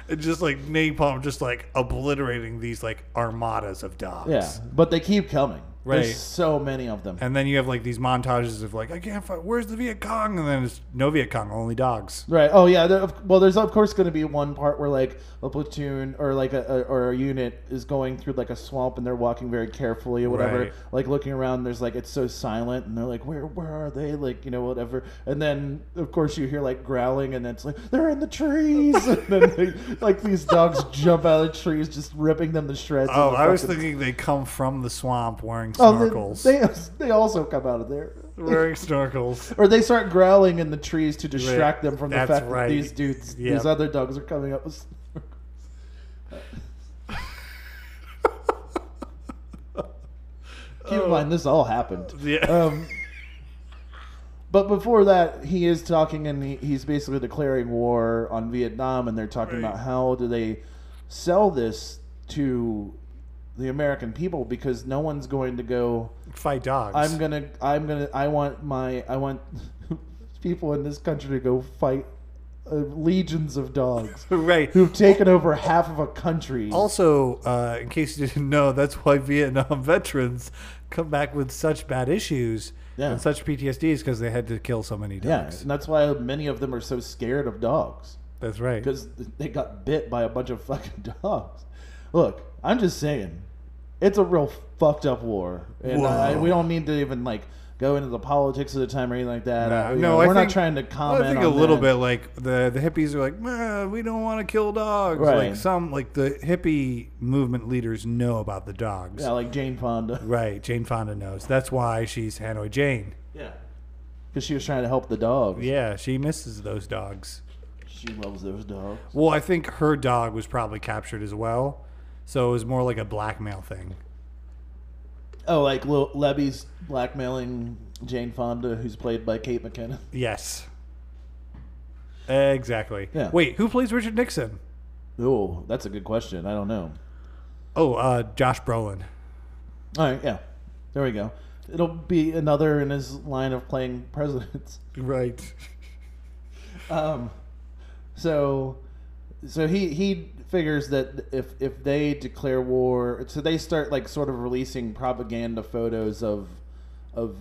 [SPEAKER 2] And just like napalm, just like obliterating these like armadas of dogs.
[SPEAKER 1] Yeah, but they keep coming.
[SPEAKER 2] Right.
[SPEAKER 1] There's so many of them.
[SPEAKER 2] and then you have like these montages of like, I can't find. Where's the Viet Cong? And then it's no Viet Cong, only dogs.
[SPEAKER 1] Right. Oh yeah. There, of- well, there's of course going to be one part where like a platoon or like a, a or a unit is going through like a swamp and they're walking very carefully or whatever,
[SPEAKER 2] Right.
[SPEAKER 1] like looking around. There's like it's so silent and they're like, where where are they? Like you know whatever. And then of course you hear like growling and it's like they're in the trees. [LAUGHS] and then they, like these dogs jump out of the trees, just ripping them to shreds. in
[SPEAKER 2] Oh,
[SPEAKER 1] the
[SPEAKER 2] I was
[SPEAKER 1] fucking-
[SPEAKER 2] thinking they come from the swamp wearing
[SPEAKER 1] Oh,
[SPEAKER 2] snorkels.
[SPEAKER 1] they, Uh, they they also come out of there.
[SPEAKER 2] wearing snorkels.
[SPEAKER 1] Or they start growling in the trees to distract them from the
[SPEAKER 2] That's
[SPEAKER 1] fact
[SPEAKER 2] right.
[SPEAKER 1] that these dudes,
[SPEAKER 2] Yeah.
[SPEAKER 1] these other dogs, are coming up.
[SPEAKER 2] [LAUGHS]
[SPEAKER 1] With... Keep in mind, this all happened.
[SPEAKER 2] Yeah. [LAUGHS]
[SPEAKER 1] Um, but before that, he is talking, and he, he's basically declaring war on Vietnam, and they're talking
[SPEAKER 2] Right.
[SPEAKER 1] about how do they sell this to the American people because no one's going to go.
[SPEAKER 2] Fight dogs.
[SPEAKER 1] I'm gonna, I'm gonna, I want my, I want [LAUGHS] people in this country to go fight uh, legions of
[SPEAKER 2] [LAUGHS]
[SPEAKER 1] dogs
[SPEAKER 2] right.
[SPEAKER 1] who've taken over half of a country.
[SPEAKER 2] Also, uh, in case you didn't know, that's why Vietnam [LAUGHS] veterans come back with such bad issues
[SPEAKER 1] Yeah.
[SPEAKER 2] and such PTSDs because they had to kill so many
[SPEAKER 1] yeah,
[SPEAKER 2] dogs.
[SPEAKER 1] and that's why many of them are so scared of dogs
[SPEAKER 2] That's right.
[SPEAKER 1] because they got bit by a bunch of [LAUGHS] fucking dogs. Look, I'm just saying, it's a real fucked up war, and
[SPEAKER 2] Whoa.
[SPEAKER 1] I, we don't need to even like go into the politics of the time or anything like that.
[SPEAKER 2] Uh,
[SPEAKER 1] I- you
[SPEAKER 2] no,
[SPEAKER 1] know,
[SPEAKER 2] I
[SPEAKER 1] we're
[SPEAKER 2] think,
[SPEAKER 1] not trying to comment.
[SPEAKER 2] I think
[SPEAKER 1] on
[SPEAKER 2] a little
[SPEAKER 1] that.
[SPEAKER 2] bit like the the hippies are like, "Meh, we don't want to kill dogs. Like
[SPEAKER 1] Right.
[SPEAKER 2] some like the hippie movement leaders know about the dogs.
[SPEAKER 1] Yeah, like Jane Fonda.
[SPEAKER 2] Right. Jane Fonda knows. That's why she's Hanoi Jane.
[SPEAKER 1] Yeah. Because she was trying to help the dogs.
[SPEAKER 2] Yeah, she misses those dogs.
[SPEAKER 1] She loves those dogs.
[SPEAKER 2] Well, I think her dog was probably captured as well, so it was more like a blackmail thing.
[SPEAKER 1] Oh, like Lil Lebby's blackmailing Jane Fonda, who's played by Kate McKinnon.
[SPEAKER 2] Yes. Exactly.
[SPEAKER 1] Yeah.
[SPEAKER 2] Wait, who plays Richard Nixon?
[SPEAKER 1] Oh, that's a good question. I don't know.
[SPEAKER 2] Oh, uh, Josh Brolin.
[SPEAKER 1] All right, yeah. There we go. It'll be another in his line of playing presidents.
[SPEAKER 2] Right.
[SPEAKER 1] Um, so, so he he figures that if if they declare war, so they start like sort of releasing propaganda photos of of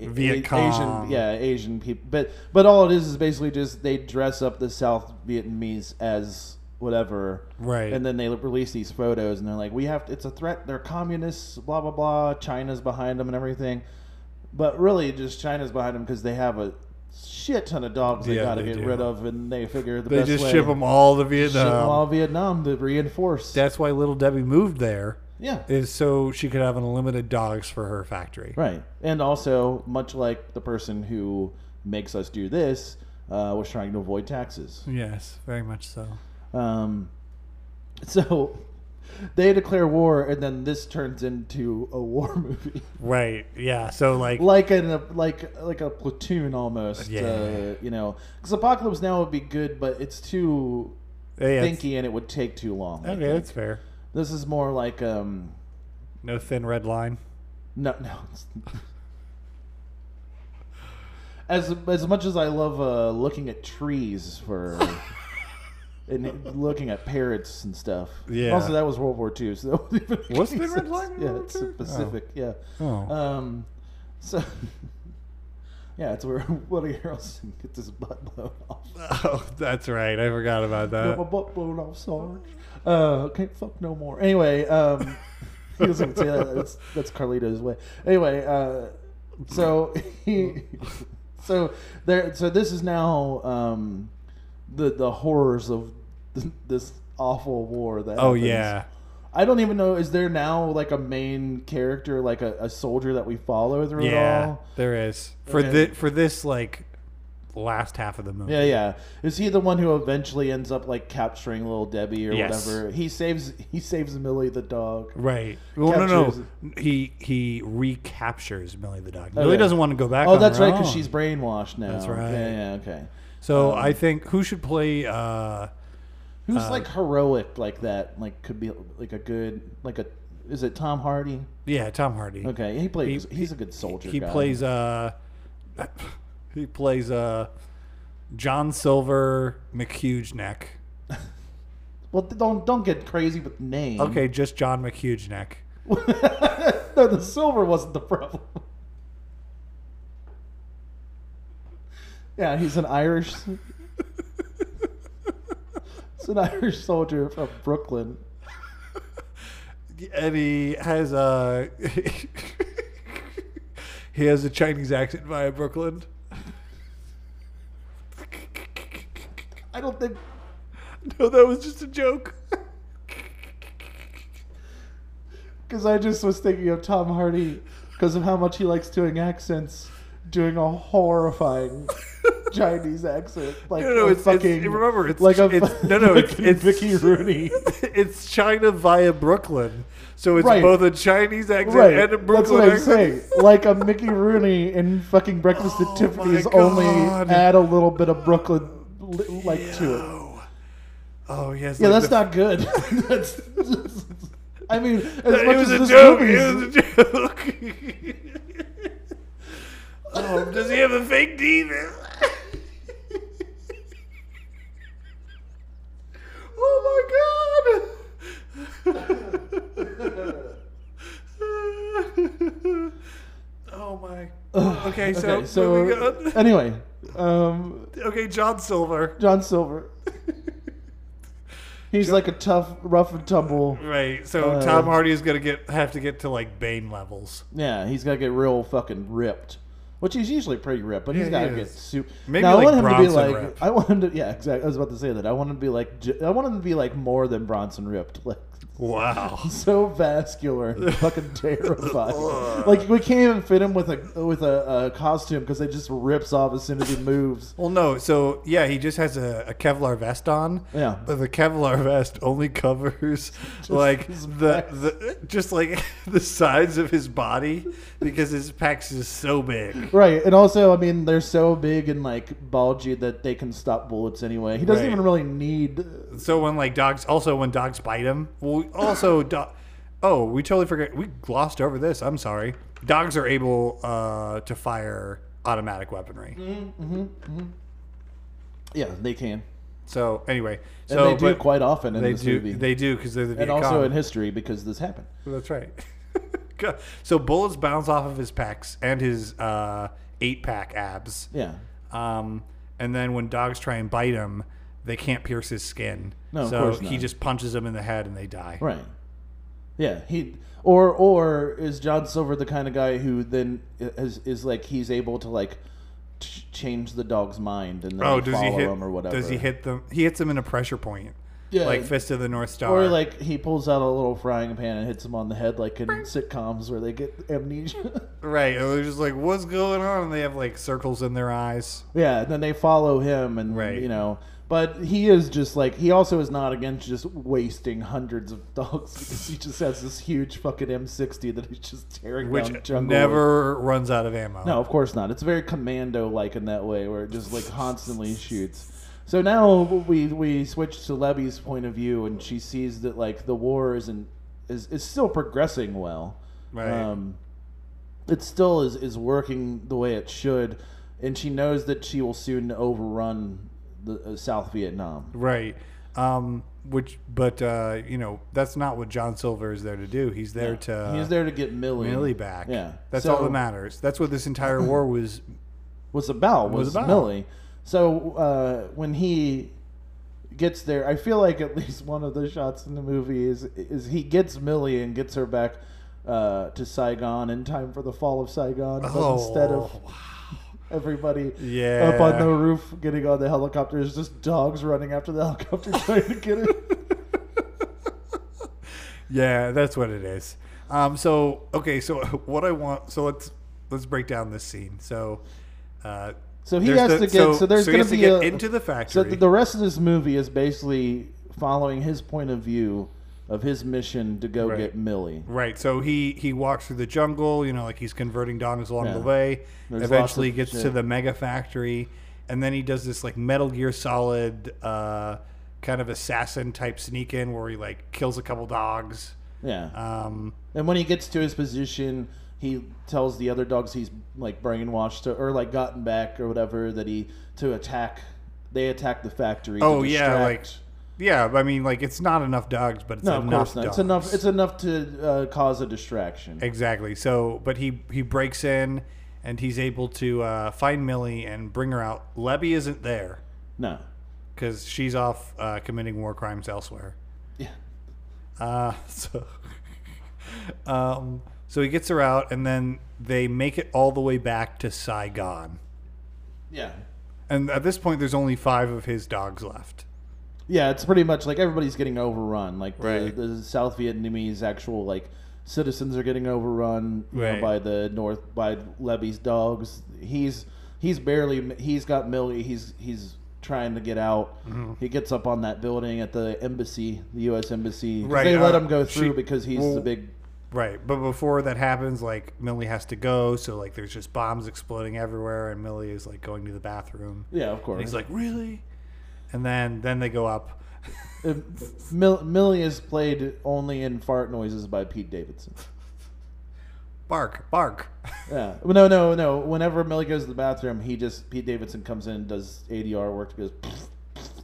[SPEAKER 1] A-
[SPEAKER 2] Viet
[SPEAKER 1] A-
[SPEAKER 2] Cong.
[SPEAKER 1] Asian, yeah, Asian people. But but all it is is basically just they dress up the South Vietnamese as whatever,
[SPEAKER 2] Right.
[SPEAKER 1] And then they release these photos, and they're like, we have to, it's a threat. They're communists, blah blah blah. China's behind them and everything. But really, just China's behind them because they have a shit ton of dogs they
[SPEAKER 2] Yeah,
[SPEAKER 1] got to
[SPEAKER 2] they
[SPEAKER 1] get
[SPEAKER 2] do.
[SPEAKER 1] rid of, and they figure the
[SPEAKER 2] They
[SPEAKER 1] best
[SPEAKER 2] just
[SPEAKER 1] way
[SPEAKER 2] ship them all to
[SPEAKER 1] ship 'em all
[SPEAKER 2] Vietnam.
[SPEAKER 1] to Vietnam to reinforce.
[SPEAKER 2] That's why Little Debbie moved there,
[SPEAKER 1] yeah,
[SPEAKER 2] is so she could have unlimited dogs for her factory.
[SPEAKER 1] right. And also, much like the person who makes us do this, uh, was trying to avoid taxes.
[SPEAKER 2] Yes, very much so.
[SPEAKER 1] Um, [LAUGHS] so [LAUGHS] they declare war, and then this turns into a war [LAUGHS] movie,
[SPEAKER 2] Right. Yeah. So like,
[SPEAKER 1] like in a like like a platoon almost.
[SPEAKER 2] Yeah.
[SPEAKER 1] Uh, you know, because Apocalypse Now would be good, but it's too
[SPEAKER 2] yeah, it's-
[SPEAKER 1] thinky and it would take too long. I
[SPEAKER 2] okay,
[SPEAKER 1] think.
[SPEAKER 2] that's fair.
[SPEAKER 1] This is more like um,
[SPEAKER 2] No thin red line.
[SPEAKER 1] no, no. It's, as as much as I love uh, looking at trees
[SPEAKER 2] [LAUGHS]
[SPEAKER 1] for and looking at parrots and stuff.
[SPEAKER 2] Yeah.
[SPEAKER 1] Also, that was World War II, so that was even
[SPEAKER 2] Was the Red Line
[SPEAKER 1] Yeah,
[SPEAKER 2] World
[SPEAKER 1] it's the
[SPEAKER 2] War II?
[SPEAKER 1] Pacific. Yeah.
[SPEAKER 2] Oh.
[SPEAKER 1] Um, so. [LAUGHS] Yeah, it's where [LAUGHS] Woody Harrelson gets his butt blown off.
[SPEAKER 2] [LAUGHS] Oh, that's right. I forgot about
[SPEAKER 1] Got
[SPEAKER 2] that.
[SPEAKER 1] my butt blown off, Sarge. Uh, can't fuck no more. Anyway, um, [LAUGHS]
[SPEAKER 2] [LAUGHS]
[SPEAKER 1] he doesn't say that. That's, that's Carlito's way. Anyway, uh, so [LAUGHS] he, so there, so this is now um, the the horrors of th- this awful war that.
[SPEAKER 2] Oh
[SPEAKER 1] happens.
[SPEAKER 2] yeah.
[SPEAKER 1] I don't even know. Is there now like a main character, like a, a soldier that we follow through it
[SPEAKER 2] Yeah,
[SPEAKER 1] all?
[SPEAKER 2] there is for
[SPEAKER 1] Okay.
[SPEAKER 2] the for this like last half of the movie.
[SPEAKER 1] Yeah, yeah. Is he the one who eventually ends up like capturing little Debbie or
[SPEAKER 2] Yes.
[SPEAKER 1] whatever? He saves he saves Millie the dog.
[SPEAKER 2] Right. Well, no, no,
[SPEAKER 1] Captures-
[SPEAKER 2] He he recaptures Millie the dog.
[SPEAKER 1] Oh,
[SPEAKER 2] Millie
[SPEAKER 1] yeah.
[SPEAKER 2] doesn't want to go back.
[SPEAKER 1] Oh,
[SPEAKER 2] on
[SPEAKER 1] that's
[SPEAKER 2] her
[SPEAKER 1] right, because
[SPEAKER 2] own.
[SPEAKER 1] she's um, brainwashed now.
[SPEAKER 2] That's right.
[SPEAKER 1] Yeah, yeah, okay.
[SPEAKER 2] So I think who should play? uh
[SPEAKER 1] Who's like heroic like that? Like could be like a good like a is it Tom Hardy?
[SPEAKER 2] Yeah, Tom Hardy.
[SPEAKER 1] Okay, he plays.
[SPEAKER 2] He-
[SPEAKER 1] he's a good soldier.
[SPEAKER 2] He
[SPEAKER 1] guy.
[SPEAKER 2] plays uh [LAUGHS] he plays uh John Silver McHugh neck.
[SPEAKER 1] [LAUGHS] Well, th- don't don't get crazy with the name.
[SPEAKER 2] Okay, just John McHugh neck.
[SPEAKER 1] the silver wasn't the problem. Yeah, he's an Irish. It's an Irish soldier from Brooklyn.
[SPEAKER 2] and he has a [LAUGHS] he has a Chinese accent via Brooklyn. [LAUGHS]
[SPEAKER 1] I don't think.
[SPEAKER 2] No, that was just a joke. [LAUGHS]
[SPEAKER 1] Because I just was thinking of Tom Hardy because of how much he likes doing accents, doing a horrifying Chinese accent. Like
[SPEAKER 2] No, no,
[SPEAKER 1] a
[SPEAKER 2] it's, it's-
[SPEAKER 1] fucking.
[SPEAKER 2] remember
[SPEAKER 1] [LAUGHS]
[SPEAKER 2] it's
[SPEAKER 1] like a
[SPEAKER 2] it's, no, no, it's,
[SPEAKER 1] fucking
[SPEAKER 2] it's
[SPEAKER 1] Vicky Rooney.
[SPEAKER 2] [LAUGHS] It's China via Brooklyn, so it's
[SPEAKER 1] Right.
[SPEAKER 2] both a Chinese accent
[SPEAKER 1] Right,
[SPEAKER 2] and a
[SPEAKER 1] that's
[SPEAKER 2] Brooklyn
[SPEAKER 1] what I'm saying.
[SPEAKER 2] accent.
[SPEAKER 1] Like a Mickey
[SPEAKER 2] [LAUGHS]
[SPEAKER 1] Rooney in fucking Breakfast
[SPEAKER 2] Oh
[SPEAKER 1] at Tiffany's,
[SPEAKER 2] my
[SPEAKER 1] only
[SPEAKER 2] God.
[SPEAKER 1] add a little bit of Brooklyn li- like to it.
[SPEAKER 2] Oh. Oh yes.
[SPEAKER 1] Yeah,
[SPEAKER 2] like
[SPEAKER 1] that's
[SPEAKER 2] the-
[SPEAKER 1] not good. [LAUGHS] that's, I mean, as much
[SPEAKER 2] It was,
[SPEAKER 1] as
[SPEAKER 2] a
[SPEAKER 1] this
[SPEAKER 2] joke.
[SPEAKER 1] movie
[SPEAKER 2] It
[SPEAKER 1] is-
[SPEAKER 2] was a joke. [LAUGHS] oh, does he have a fake teeth? [LAUGHS] oh my god! [LAUGHS] oh my. Okay, so,
[SPEAKER 1] okay, so
[SPEAKER 2] moving on. [LAUGHS]
[SPEAKER 1] anyway, um,
[SPEAKER 2] okay, John Silver.
[SPEAKER 1] John
[SPEAKER 2] [LAUGHS]
[SPEAKER 1] Silver. He's like a tough, rough and tumble.
[SPEAKER 2] Right. So
[SPEAKER 1] Uh,
[SPEAKER 2] Tom Hardy is gonna get have to get to like Bane levels.
[SPEAKER 1] Yeah, he's got to get real fucking ripped, which he's usually pretty ripped, but he's
[SPEAKER 2] Yeah,
[SPEAKER 1] got
[SPEAKER 2] he
[SPEAKER 1] to get
[SPEAKER 2] is.
[SPEAKER 1] super.
[SPEAKER 2] Maybe
[SPEAKER 1] now,
[SPEAKER 2] like
[SPEAKER 1] I want him
[SPEAKER 2] Bronson
[SPEAKER 1] to be like
[SPEAKER 2] ripped.
[SPEAKER 1] I want him to yeah exactly. I was about to say that I want him to be like j- I want him to be like more than Bronson ripped, [LAUGHS] like
[SPEAKER 2] Wow.
[SPEAKER 1] so vascular,
[SPEAKER 2] [LAUGHS]
[SPEAKER 1] and fucking terrifying. like we can't even fit him with a with a, a costume because it just rips off as soon as he moves.
[SPEAKER 2] Well, no. So yeah, he just has a, a Kevlar vest on.
[SPEAKER 1] Yeah.
[SPEAKER 2] but the Kevlar vest
[SPEAKER 1] [LAUGHS]
[SPEAKER 2] only covers like
[SPEAKER 1] his
[SPEAKER 2] the,
[SPEAKER 1] pecs.
[SPEAKER 2] the just like [LAUGHS] the sides of his body because his pecs is so big.
[SPEAKER 1] Right, and also, I mean, they're so big and like bulgy that they can stop bullets anyway. He doesn't
[SPEAKER 2] Right.
[SPEAKER 1] even really need.
[SPEAKER 2] So when like dogs, also when dogs bite him, well,
[SPEAKER 1] [LAUGHS]
[SPEAKER 2] also do- oh, we totally forgot we glossed over this. I'm sorry. Dogs are able uh, to fire automatic weaponry.
[SPEAKER 1] Mm-hmm. Yeah, they can,
[SPEAKER 2] So anyway,
[SPEAKER 1] and
[SPEAKER 2] so
[SPEAKER 1] they do
[SPEAKER 2] but
[SPEAKER 1] quite often in
[SPEAKER 2] they
[SPEAKER 1] this
[SPEAKER 2] do
[SPEAKER 1] movie,
[SPEAKER 2] they do because they're the Viet
[SPEAKER 1] and also
[SPEAKER 2] Cong.
[SPEAKER 1] in history because this happened.
[SPEAKER 2] That's right. [LAUGHS] God. so bullets bounce off of his pecs and his uh, eight pack abs.
[SPEAKER 1] Yeah,
[SPEAKER 2] Um, and then when dogs try and bite him, they can't pierce his skin.
[SPEAKER 1] No, of
[SPEAKER 2] so
[SPEAKER 1] course
[SPEAKER 2] he
[SPEAKER 1] not.
[SPEAKER 2] just punches them in the head and they die.
[SPEAKER 1] right. Yeah, he or or is John Silver the kind of guy who then is is like he's able to like ch- change the dog's mind and then
[SPEAKER 2] Oh,
[SPEAKER 1] they
[SPEAKER 2] does he
[SPEAKER 1] follow
[SPEAKER 2] hit?
[SPEAKER 1] him or whatever?
[SPEAKER 2] Does he hit them? He hits them in a pressure point.
[SPEAKER 1] Yeah.
[SPEAKER 2] Like fist of the North Star.
[SPEAKER 1] Or like he pulls out a little frying pan and hits him on the head, like in sitcoms where they get amnesia. [LAUGHS]
[SPEAKER 2] right? Or they're just like, what's going on? And they have like circles in their eyes.
[SPEAKER 1] Yeah, and then they follow him, and
[SPEAKER 2] Right.
[SPEAKER 1] you know. But he is just like he also is not against just wasting hundreds of dogs [LAUGHS] because he just has this huge fucking M60 that he's just tearing
[SPEAKER 2] Which
[SPEAKER 1] down jungle.
[SPEAKER 2] never runs out of ammo.
[SPEAKER 1] No, of course not. It's very commando like in that way where it just like
[SPEAKER 2] [LAUGHS]
[SPEAKER 1] constantly shoots. So now we we switch to Lebby's point of view and she sees that like the war isn't is, is still progressing well.
[SPEAKER 2] Right.
[SPEAKER 1] Um it still is is working the way it should and she knows that she will soon overrun the uh, South Vietnam.
[SPEAKER 2] Right. Um, which, but uh, you know, that's not what John Silver is there to do. He's there to
[SPEAKER 1] He's there to get Millie.
[SPEAKER 2] uh, Millie back.
[SPEAKER 1] Yeah.
[SPEAKER 2] that's
[SPEAKER 1] So-
[SPEAKER 2] all that matters. That's what this entire war was.
[SPEAKER 1] was about was,
[SPEAKER 2] Was about.
[SPEAKER 1] Millie. So uh, when he gets there, I feel like at [LAUGHS] least one of the shots in the movie is is he gets Millie and gets her back uh, to Saigon in time for the fall of Saigon, [CLEARS THROAT] but
[SPEAKER 2] Oh,
[SPEAKER 1] instead of everybody
[SPEAKER 2] Yeah.
[SPEAKER 1] up on the roof getting on the helicopter, it's just dogs running after the [LAUGHS]
[SPEAKER 2] [LAUGHS]
[SPEAKER 1] helicopter trying to get it.
[SPEAKER 2] yeah, that's what it is. Um, so okay, so [LAUGHS] what I want, so let's let's break down this scene. So, uh,
[SPEAKER 1] So he
[SPEAKER 2] there's
[SPEAKER 1] has to
[SPEAKER 2] the-
[SPEAKER 1] get. So,
[SPEAKER 2] so-
[SPEAKER 1] there's
[SPEAKER 2] so he
[SPEAKER 1] going
[SPEAKER 2] has
[SPEAKER 1] be
[SPEAKER 2] to get
[SPEAKER 1] a-
[SPEAKER 2] into the
[SPEAKER 1] So
[SPEAKER 2] factory.
[SPEAKER 1] th- the rest of this movie is basically following his point of view of his mission to go
[SPEAKER 2] Right.
[SPEAKER 1] get Millie.
[SPEAKER 2] Right, so he he walks through the jungle, you know, like he's converting dogs along
[SPEAKER 1] Yeah.
[SPEAKER 2] the way.
[SPEAKER 1] There's
[SPEAKER 2] Eventually
[SPEAKER 1] lots of
[SPEAKER 2] gets to
[SPEAKER 1] shit.
[SPEAKER 2] the mega factory, and then he does this like Metal Gear Solid uh, kind of assassin type sneak in where he like kills a couple dogs.
[SPEAKER 1] Yeah.
[SPEAKER 2] Um,
[SPEAKER 1] And when he gets to his position, he tells the other dogs he's like brainwashed to, or like gotten back or whatever that he to attack. They attack the factory. to
[SPEAKER 2] Oh, yeah,
[SPEAKER 1] distract
[SPEAKER 2] like- yeah, but I mean, like it's not enough dogs, but it's
[SPEAKER 1] No, of
[SPEAKER 2] enough
[SPEAKER 1] course not.
[SPEAKER 2] dogs.
[SPEAKER 1] It's enough. It's enough to uh, cause a distraction.
[SPEAKER 2] Exactly. So, but he he breaks in and he's able to uh, find Millie and bring her out. Lebby isn't there
[SPEAKER 1] No.
[SPEAKER 2] because she's off uh, committing war crimes elsewhere.
[SPEAKER 1] Yeah.
[SPEAKER 2] Uh, [LAUGHS] so, um, so he gets her out, and then they make it all the way back to Saigon.
[SPEAKER 1] Yeah.
[SPEAKER 2] And at this point, there's only five of his dogs left.
[SPEAKER 1] Yeah, it's pretty much like everybody's getting overrun. Like the,
[SPEAKER 2] Right.
[SPEAKER 1] the South Vietnamese actual like citizens are getting overrun you know,
[SPEAKER 2] Right.
[SPEAKER 1] by the North by Levy's dogs. He's he's barely he's got Millie. He's he's trying to get out.
[SPEAKER 2] Mm-hmm.
[SPEAKER 1] He gets up on that building at the embassy, the U.S. embassy. 'Cause
[SPEAKER 2] Right,
[SPEAKER 1] They let
[SPEAKER 2] uh,
[SPEAKER 1] him go
[SPEAKER 2] she-
[SPEAKER 1] through because he's
[SPEAKER 2] well-
[SPEAKER 1] the big.
[SPEAKER 2] Right, but before that happens, like Millie has to go, so like there's just bombs exploding everywhere, and Millie is like going to the bathroom.
[SPEAKER 1] Yeah, of
[SPEAKER 2] And
[SPEAKER 1] course.
[SPEAKER 2] he's like, really? And then then they go up. [LAUGHS]
[SPEAKER 1] Uh, Mil- Millie is played only in fart noises by Pete Davidson.
[SPEAKER 2] Bark, bark. [LAUGHS]
[SPEAKER 1] Yeah. Well, No, no, no. Whenever Millie goes to the bathroom, he just Pete Davidson comes in and does ADR work. Goes. [LAUGHS]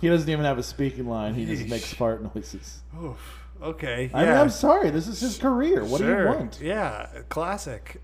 [SPEAKER 1] he doesn't even have a speaking line. He just
[SPEAKER 2] [LAUGHS]
[SPEAKER 1] makes fart noises.
[SPEAKER 2] Oof. Okay.
[SPEAKER 1] I mean,
[SPEAKER 2] yeah,
[SPEAKER 1] I'm sorry. This is his career. What do
[SPEAKER 2] sure.
[SPEAKER 1] you want?
[SPEAKER 2] Yeah,
[SPEAKER 1] [LAUGHS]
[SPEAKER 2] classic.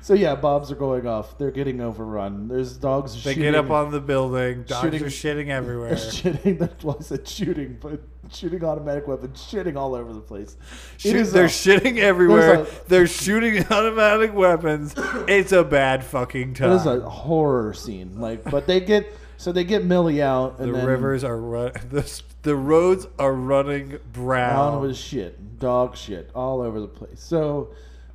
[SPEAKER 1] So yeah, bobs are going off. They're getting overrun. There's dogs.
[SPEAKER 2] They
[SPEAKER 1] shooting.
[SPEAKER 2] get
[SPEAKER 1] [LAUGHS]
[SPEAKER 2] up on the building. Dogs
[SPEAKER 1] shooting-
[SPEAKER 2] are shitting
[SPEAKER 1] They're [LAUGHS]
[SPEAKER 2] everywhere.
[SPEAKER 1] shitting. That was said shooting, but shooting automatic weapons, shitting all over the place.
[SPEAKER 2] Shoot,
[SPEAKER 1] is
[SPEAKER 2] they're
[SPEAKER 1] a-
[SPEAKER 2] shitting everywhere.
[SPEAKER 1] a-
[SPEAKER 2] they're shooting [LAUGHS] automatic weapons. It's a bad fucking time.
[SPEAKER 1] It is a horror scene. Like, but they get so they get Millie out, and
[SPEAKER 2] the
[SPEAKER 1] then
[SPEAKER 2] rivers are run. [LAUGHS] The, s- the roads are running
[SPEAKER 1] Brown
[SPEAKER 2] brown.
[SPEAKER 1] was shit, dog shit, all over the place. So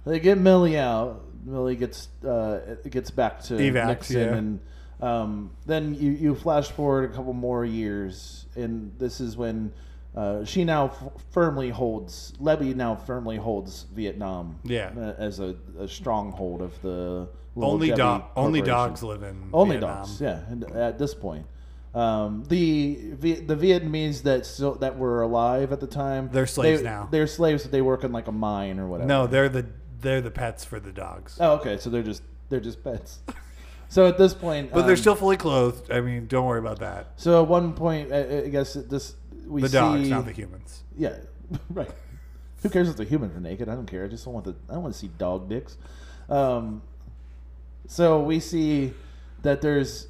[SPEAKER 1] they get Millie out. Millie gets uh, gets back to
[SPEAKER 2] Evac,
[SPEAKER 1] Nixon,
[SPEAKER 2] yeah.
[SPEAKER 1] and um, then you, you flash forward a couple more years, and this is when uh, she now f- firmly holds Levy now firmly holds Vietnam,
[SPEAKER 2] Yeah.
[SPEAKER 1] uh, as a, a stronghold of the Lil
[SPEAKER 2] only
[SPEAKER 1] Debbie
[SPEAKER 2] dog. Only
[SPEAKER 1] Corporation.
[SPEAKER 2] dogs live in.
[SPEAKER 1] Only
[SPEAKER 2] Vietnam.
[SPEAKER 1] dogs, yeah. And at this point, um, the Vi- the Vietnamese that still that were alive at the time,
[SPEAKER 2] They're slaves
[SPEAKER 1] they-
[SPEAKER 2] now.
[SPEAKER 1] They're slaves. They work in like a mine or whatever.
[SPEAKER 2] No, they're the they're the pets for the dogs.
[SPEAKER 1] Oh, okay. So they're just they're just pets. [LAUGHS] so at this point,
[SPEAKER 2] But they're
[SPEAKER 1] um,
[SPEAKER 2] still fully clothed. I mean, don't worry about that.
[SPEAKER 1] So at one point, I, I guess at this we
[SPEAKER 2] The
[SPEAKER 1] see
[SPEAKER 2] dogs, not the humans.
[SPEAKER 1] yeah, [LAUGHS] right. Who cares if the humans are naked? I don't care. I just don't want the I don't want to see dog dicks. Um, so we see that there's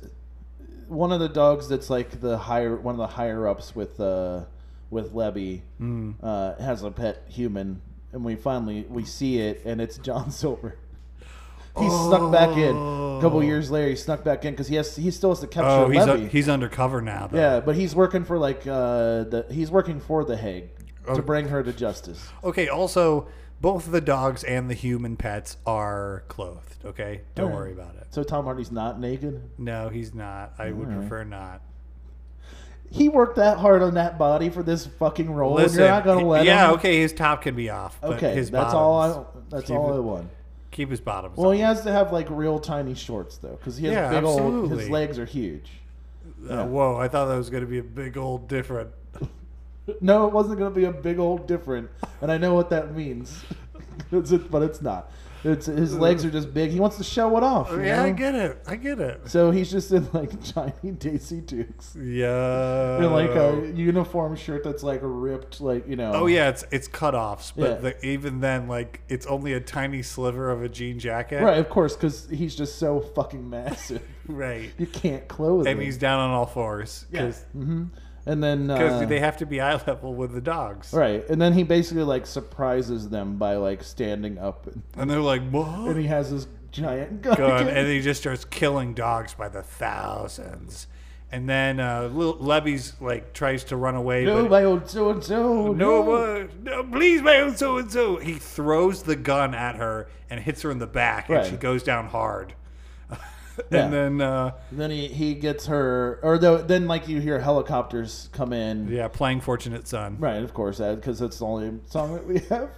[SPEAKER 1] one of the dogs that's like the higher one of the higher ups with uh with Levy
[SPEAKER 2] Mm.
[SPEAKER 1] uh, has a pet human, and we finally we see it, and it's John [LAUGHS] Silver. He snuck back in. A couple years later, he snuck back in because he has he still has to capture
[SPEAKER 2] Oh, he's
[SPEAKER 1] Levy.
[SPEAKER 2] he's undercover now. Though.
[SPEAKER 1] Yeah, but he's working for like uh, the he's working for the Hague
[SPEAKER 2] Oh.
[SPEAKER 1] to bring her to justice.
[SPEAKER 2] Okay. Also, both the dogs and the human pets are clothed. Okay. Don't
[SPEAKER 1] Alright.
[SPEAKER 2] worry about it.
[SPEAKER 1] So Tom Hardy's not naked.
[SPEAKER 2] No, he's not. I would prefer not.
[SPEAKER 1] He worked that hard on that body for this fucking role.
[SPEAKER 2] Listen.
[SPEAKER 1] and you're not gonna let
[SPEAKER 2] yeah.
[SPEAKER 1] him.
[SPEAKER 2] Okay. His top can be off. But
[SPEAKER 1] Okay,
[SPEAKER 2] His
[SPEAKER 1] that's
[SPEAKER 2] bottoms,
[SPEAKER 1] all. I, that's
[SPEAKER 2] Keep
[SPEAKER 1] all
[SPEAKER 2] it-
[SPEAKER 1] I want.
[SPEAKER 2] Keep his bottoms.
[SPEAKER 1] Well,
[SPEAKER 2] Well,
[SPEAKER 1] he has to have like real tiny shorts though, because he has
[SPEAKER 2] Yeah,
[SPEAKER 1] big old.
[SPEAKER 2] absolutely.
[SPEAKER 1] His legs are huge. yeah.
[SPEAKER 2] Uh, whoa! I thought that was going to be a big
[SPEAKER 1] [LAUGHS]
[SPEAKER 2] old different.
[SPEAKER 1] No, it wasn't going to be a big old different, and I know what that means. [LAUGHS] It's- it- but it's not. It's his legs are just big. He wants to show it off. you
[SPEAKER 2] yeah, I
[SPEAKER 1] know?
[SPEAKER 2] get it. I get it.
[SPEAKER 1] So he's just in like [LAUGHS] tiny Daisy Dukes.
[SPEAKER 2] Yeah.
[SPEAKER 1] in like a uniform shirt that's like ripped, like you know.
[SPEAKER 2] Oh yeah, it's it's cutoffs, but
[SPEAKER 1] Yeah.
[SPEAKER 2] the, even then, like it's only a tiny sliver of a jean jacket.
[SPEAKER 1] right, of course, because he's just so fucking massive. [LAUGHS]
[SPEAKER 2] Right.
[SPEAKER 1] you can't clothe
[SPEAKER 2] And
[SPEAKER 1] him.
[SPEAKER 2] he's down on all fours because
[SPEAKER 1] hmm And then uh,
[SPEAKER 2] they have to be eye level with the dogs.
[SPEAKER 1] right, and then he basically like surprises them by like standing up, and,
[SPEAKER 2] And they're like,
[SPEAKER 1] and
[SPEAKER 2] what?
[SPEAKER 1] he has this giant gun. [LAUGHS]
[SPEAKER 2] Gun.
[SPEAKER 1] again.
[SPEAKER 2] And he just starts killing dogs by the thousands. And then uh, Lil- Levy's like tries to run away.
[SPEAKER 1] no,
[SPEAKER 2] but-
[SPEAKER 1] my old so and so.
[SPEAKER 2] no, uh, no, please, my own so and so. He throws the gun at her and hits her in the back, and
[SPEAKER 1] Right.
[SPEAKER 2] she goes down hard. [LAUGHS] and
[SPEAKER 1] Yeah.
[SPEAKER 2] then, uh,
[SPEAKER 1] Then he, he gets her, or though then like you hear helicopters come in.
[SPEAKER 2] yeah, playing Fortunate Son.
[SPEAKER 1] Right, of course, because that's the only song that we
[SPEAKER 2] [LAUGHS]
[SPEAKER 1] have.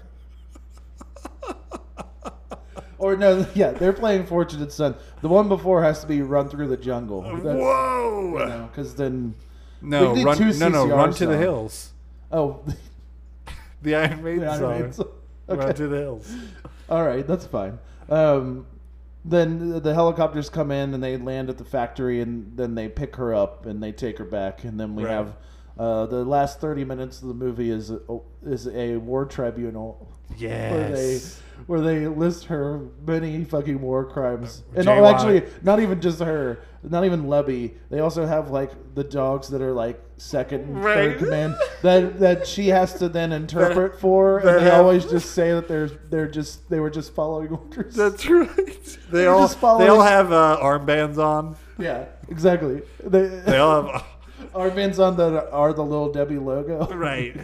[SPEAKER 1] or no, yeah, they're playing "Fortunate Son." The one before has to be "Run Through the Jungle."
[SPEAKER 2] Oh, Whoa!
[SPEAKER 1] Because then,
[SPEAKER 2] No,
[SPEAKER 1] We need
[SPEAKER 2] run,
[SPEAKER 1] two
[SPEAKER 2] no, no,
[SPEAKER 1] CCR
[SPEAKER 2] run to the
[SPEAKER 1] songs.
[SPEAKER 2] hills.
[SPEAKER 1] oh, [LAUGHS]
[SPEAKER 2] The Iron Maiden
[SPEAKER 1] the Iron Maiden
[SPEAKER 2] song.
[SPEAKER 1] song.
[SPEAKER 2] Run
[SPEAKER 1] okay,
[SPEAKER 2] to the hills.
[SPEAKER 1] all right, that's fine. Um, then the helicopters come in and they land at the factory and then they pick her up and they take her back and then we
[SPEAKER 2] Right.
[SPEAKER 1] have uh, the last 30 minutes of the movie is a, is a war tribunal where they
[SPEAKER 2] Yes.
[SPEAKER 1] where they list her many fucking war crimes and
[SPEAKER 2] Jay
[SPEAKER 1] oh, actually
[SPEAKER 2] White.
[SPEAKER 1] not even just her not even Lebby they also have like the dogs that are like second and
[SPEAKER 2] Right.
[SPEAKER 1] third command that that she has to then
[SPEAKER 2] [LAUGHS]
[SPEAKER 1] interpret for
[SPEAKER 2] that
[SPEAKER 1] and they
[SPEAKER 2] have-
[SPEAKER 1] always just say that they're they're just they were just following orders
[SPEAKER 2] That's [LAUGHS] right. They
[SPEAKER 1] They're
[SPEAKER 2] all
[SPEAKER 1] just following-
[SPEAKER 2] they all have uh, armbands on.
[SPEAKER 1] yeah exactly they, [LAUGHS]
[SPEAKER 2] They all have
[SPEAKER 1] armbands on that are the little Debbie
[SPEAKER 2] [LAUGHS]
[SPEAKER 1] logo
[SPEAKER 2] right.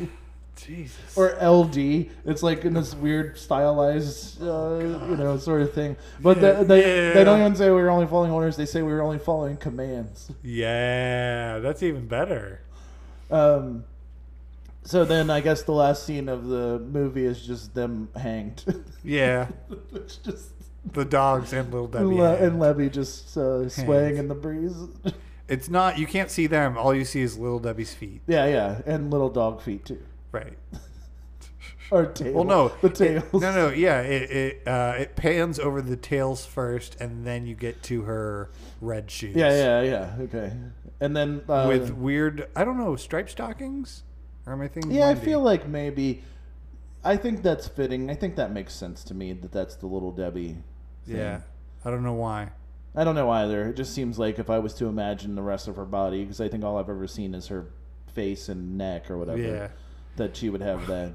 [SPEAKER 2] Jesus.
[SPEAKER 1] or LD. It's like in this weird stylized, uh, you know, sort of thing. But
[SPEAKER 2] Yeah.
[SPEAKER 1] they, they,
[SPEAKER 2] Yeah.
[SPEAKER 1] they don't even say we were only following orders. They say we were only following commands.
[SPEAKER 2] yeah, that's even better.
[SPEAKER 1] Um, so then I guess the last scene of the movie is just them hanged. [LAUGHS]
[SPEAKER 2] Yeah,
[SPEAKER 1] it's just
[SPEAKER 2] the dogs and little Debbie.
[SPEAKER 1] Le-
[SPEAKER 2] had.
[SPEAKER 1] and Levy just uh, swaying in the breeze. [LAUGHS]
[SPEAKER 2] it's not you can't see them. All you see is little Debbie's feet.
[SPEAKER 1] yeah, yeah, and little dog feet too.
[SPEAKER 2] Right.
[SPEAKER 1] Or tail.
[SPEAKER 2] Well, no,
[SPEAKER 1] the
[SPEAKER 2] it-
[SPEAKER 1] tails.
[SPEAKER 2] no, no, yeah. It it uh, it pans over the tails first, and then you get to her red
[SPEAKER 1] [LAUGHS]
[SPEAKER 2] shoes.
[SPEAKER 1] Yeah, yeah, yeah. Okay, and then uh,
[SPEAKER 2] With weird, I don't know, striped stockings. Or am I thinking?
[SPEAKER 1] Yeah, I
[SPEAKER 2] Wendy?
[SPEAKER 1] feel like maybe. I think that's fitting. I think that makes sense to me that that's the little Debbie.
[SPEAKER 2] Yeah, I don't know why.
[SPEAKER 1] I don't know either. It just seems like if I was to imagine the rest of her body, because I think all I've ever seen is her face and neck or whatever,
[SPEAKER 2] Yeah.
[SPEAKER 1] that she would have that.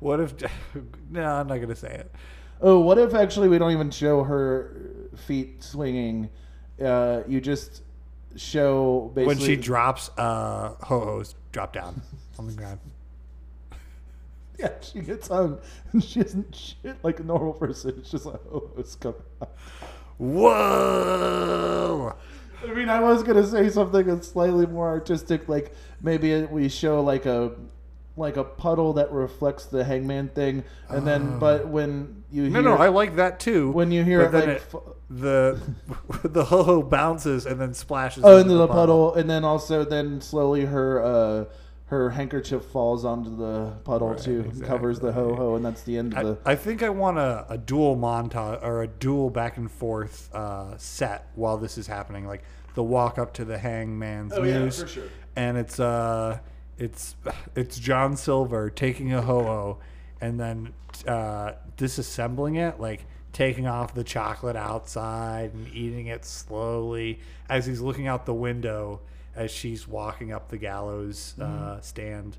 [SPEAKER 2] What if? [LAUGHS] no, I'm not gonna say it.
[SPEAKER 1] Oh, what if actually we don't even show her feet swinging? Uh, you just show basically
[SPEAKER 2] when she drops, uh, ho hos drop down on the ground.
[SPEAKER 1] [LAUGHS] yeah, she gets hung. and she isn't shit like a normal person. It's just like oh, it's coming. Out.
[SPEAKER 2] Whoa!
[SPEAKER 1] I mean, I was gonna say something that's slightly more artistic, like maybe it- we show like a like a puddle that reflects the hangman thing, and then but when you hear,
[SPEAKER 2] No, no, I like that too.
[SPEAKER 1] when you hear
[SPEAKER 2] but
[SPEAKER 1] it
[SPEAKER 2] then
[SPEAKER 1] like
[SPEAKER 2] it-
[SPEAKER 1] fu-
[SPEAKER 2] the [LAUGHS] the ho ho bounces and then splashes
[SPEAKER 1] oh into the puddle, and then also then slowly her uh her handkerchief falls onto the puddle
[SPEAKER 2] Right,
[SPEAKER 1] too, and covers the ho ho, and that's the end of the.
[SPEAKER 2] I, I think I want a, a dual montage or a dual back and forth uh, set while this is happening, like the walk up to the hangman's
[SPEAKER 1] Oh, yeah,
[SPEAKER 2] noose,
[SPEAKER 1] for sure.
[SPEAKER 2] and it's uh, it's it's John Silver taking a ho ho, and then uh, disassembling it, like taking off the chocolate outside and eating it slowly as he's looking out the window as she's walking up the gallows
[SPEAKER 1] Mm-hmm.
[SPEAKER 2] uh, stand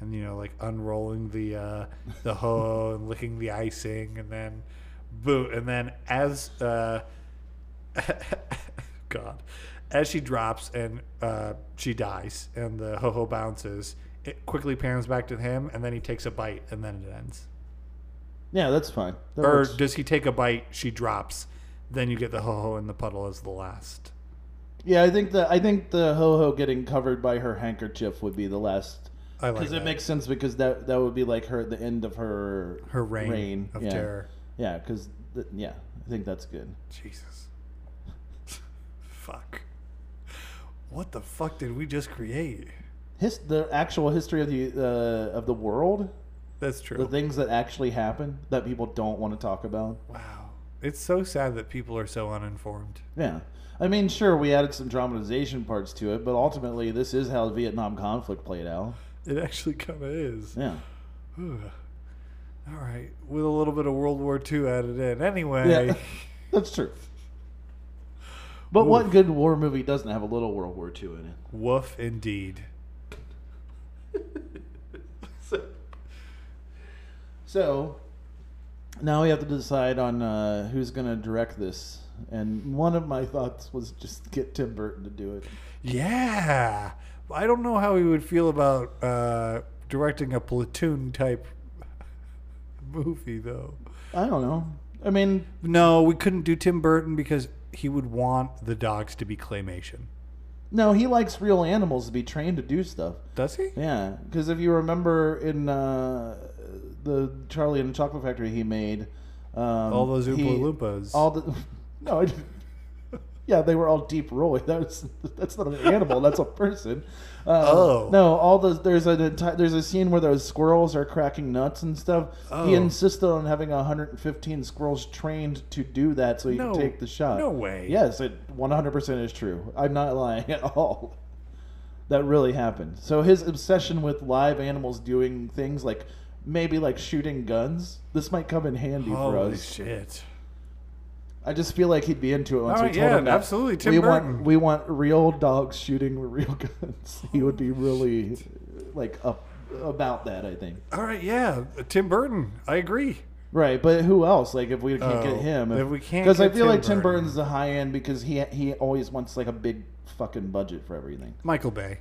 [SPEAKER 2] and you know like unrolling the uh, the ho and licking the icing and then boom and then as uh, [LAUGHS] God as she drops and uh, she dies and the ho ho bounces it quickly pans back to him and then he takes a bite and then it ends
[SPEAKER 1] yeah, that's fine. That
[SPEAKER 2] or
[SPEAKER 1] works.
[SPEAKER 2] does he take a bite she drops then you get the ho ho in the puddle as the last
[SPEAKER 1] yeah, I think the I think the ho ho getting covered by her handkerchief would be the last
[SPEAKER 2] I like
[SPEAKER 1] Because
[SPEAKER 2] that.
[SPEAKER 1] it makes sense because that that would be like her the end of her
[SPEAKER 2] her reign, of
[SPEAKER 1] yeah.
[SPEAKER 2] terror
[SPEAKER 1] Yeah, because th- yeah, I think that's good.
[SPEAKER 2] Jesus. [LAUGHS] fuck. What the fuck did we just create?
[SPEAKER 1] His the actual history of the uh, of the world,
[SPEAKER 2] That's
[SPEAKER 1] the
[SPEAKER 2] true.
[SPEAKER 1] things that actually happen that people don't want to talk about.
[SPEAKER 2] wow. It's so sad that people are so uninformed.
[SPEAKER 1] Yeah, I mean, sure, we added some dramatization parts to it, but ultimately, this is how the Vietnam conflict played out.
[SPEAKER 2] It actually kind of is.
[SPEAKER 1] Yeah,
[SPEAKER 2] Ugh. All right. With a little bit of World War II added in. Anyway.
[SPEAKER 1] yeah, [LAUGHS] that's true. But what good war movie doesn't have a little World War II in it?
[SPEAKER 2] [LAUGHS] Woof indeed.
[SPEAKER 1] So now we have to decide on uh, who's going to direct this. And one of my thoughts was just get Tim Burton to do it.
[SPEAKER 2] Yeah. I don't know how we would feel about uh, directing a platoon type movie, though.
[SPEAKER 1] I don't know. I mean,
[SPEAKER 2] No, we couldn't do Tim Burton because he would want the dogs to be claymation.
[SPEAKER 1] no, he likes real animals to be trained to do stuff.
[SPEAKER 2] Does he?
[SPEAKER 1] Yeah, because if you remember in uh, the Charlie and the Chocolate Factory he made, um,
[SPEAKER 2] All those Oompa
[SPEAKER 1] he- [LAUGHS]
[SPEAKER 2] Loompas.
[SPEAKER 1] all the no, I didn't. Yeah, they were all deep [LAUGHS] rolling. That's that's not an animal. that's a person. Um,
[SPEAKER 2] Oh.
[SPEAKER 1] no! All the there's an entire there's a scene where those squirrels are cracking nuts and stuff. He
[SPEAKER 2] Oh.
[SPEAKER 1] insisted on having 115 squirrels trained to do that so he
[SPEAKER 2] No-
[SPEAKER 1] could take the shot.
[SPEAKER 2] no way.
[SPEAKER 1] Yes, it 100 percent is true. I'm not lying [LAUGHS] at all. That really happened. So his obsession with live animals doing things like maybe like shooting guns. This might come in handy for
[SPEAKER 2] Holy
[SPEAKER 1] us.
[SPEAKER 2] shit.
[SPEAKER 1] I just feel like he'd be into it once
[SPEAKER 2] All
[SPEAKER 1] we
[SPEAKER 2] right,
[SPEAKER 1] told
[SPEAKER 2] yeah,
[SPEAKER 1] him that.
[SPEAKER 2] absolutely, Tim
[SPEAKER 1] we
[SPEAKER 2] Burton.
[SPEAKER 1] want we want real dogs shooting [LAUGHS] with real guns. He would be really like up about that, I think.
[SPEAKER 2] All right, yeah, Tim Burton. I agree.
[SPEAKER 1] Right, but who else? Like if we can't
[SPEAKER 2] Oh,
[SPEAKER 1] get him,
[SPEAKER 2] if we can't
[SPEAKER 1] because I
[SPEAKER 2] get
[SPEAKER 1] feel
[SPEAKER 2] Tim
[SPEAKER 1] like Tim
[SPEAKER 2] Burton.
[SPEAKER 1] Burton's the high end because he he always wants like a big fucking budget for everything.
[SPEAKER 2] Michael Bay.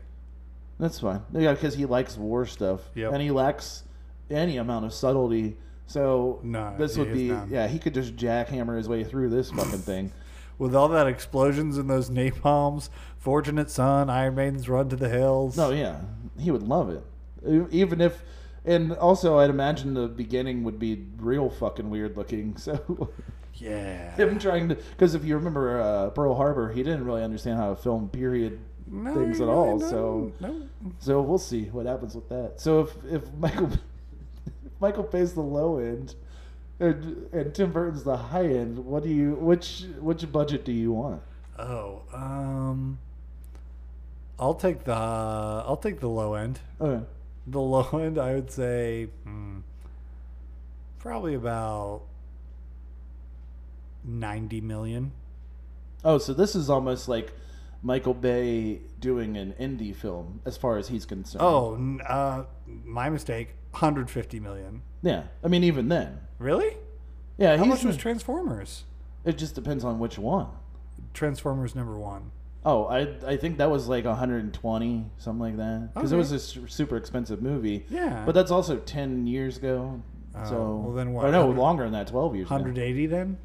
[SPEAKER 1] That's fine. Yeah, because he likes war stuff,
[SPEAKER 2] Yep.
[SPEAKER 1] and he lacks any amount of subtlety. So
[SPEAKER 2] No,
[SPEAKER 1] this
[SPEAKER 2] he
[SPEAKER 1] would
[SPEAKER 2] is
[SPEAKER 1] be
[SPEAKER 2] not.
[SPEAKER 1] yeah. He could just jackhammer his way through this fucking thing.
[SPEAKER 2] With all that explosions and those napalms, Fortunate Son, Iron Maiden's Run to the Hills.
[SPEAKER 1] No, yeah, he would love it. E- Even if, and also, I'd imagine the beginning would be real fucking weird looking. [LAUGHS] So
[SPEAKER 2] Yeah.
[SPEAKER 1] him trying to, because if you remember uh, Pearl Harbor, he didn't really understand how to film period
[SPEAKER 2] No,
[SPEAKER 1] things at
[SPEAKER 2] no,
[SPEAKER 1] all.
[SPEAKER 2] no,
[SPEAKER 1] So,
[SPEAKER 2] no.
[SPEAKER 1] so we'll see what happens with that. So if if Michael [LAUGHS] if Michael pays the low end. And, and Tim Burton's the high end. What do you which which budget do you want?
[SPEAKER 2] Oh, um, I'll take the I'll take the low end.
[SPEAKER 1] Okay.
[SPEAKER 2] The [LAUGHS] low end, I would say, hmm, probably about ninety million.
[SPEAKER 1] Oh, so this is almost like Michael Bay doing an indie film, as far as he's concerned.
[SPEAKER 2] Oh, n- uh, my mistake. Hundred fifty million.
[SPEAKER 1] yeah. I mean, even then,
[SPEAKER 2] Really?
[SPEAKER 1] yeah.
[SPEAKER 2] How
[SPEAKER 1] he's-
[SPEAKER 2] much was Transformers?
[SPEAKER 1] it just depends on which one.
[SPEAKER 2] Transformers number one.
[SPEAKER 1] Oh, I I think that was like 120, something like that, because it
[SPEAKER 2] Okay.
[SPEAKER 1] was a su- super expensive movie.
[SPEAKER 2] Yeah.
[SPEAKER 1] But that's also 10 years ago.
[SPEAKER 2] Oh,
[SPEAKER 1] so
[SPEAKER 2] well, then what,
[SPEAKER 1] Oh no,
[SPEAKER 2] 100
[SPEAKER 1] longer than that, 12 years. ago.
[SPEAKER 2] Hundred eighty then.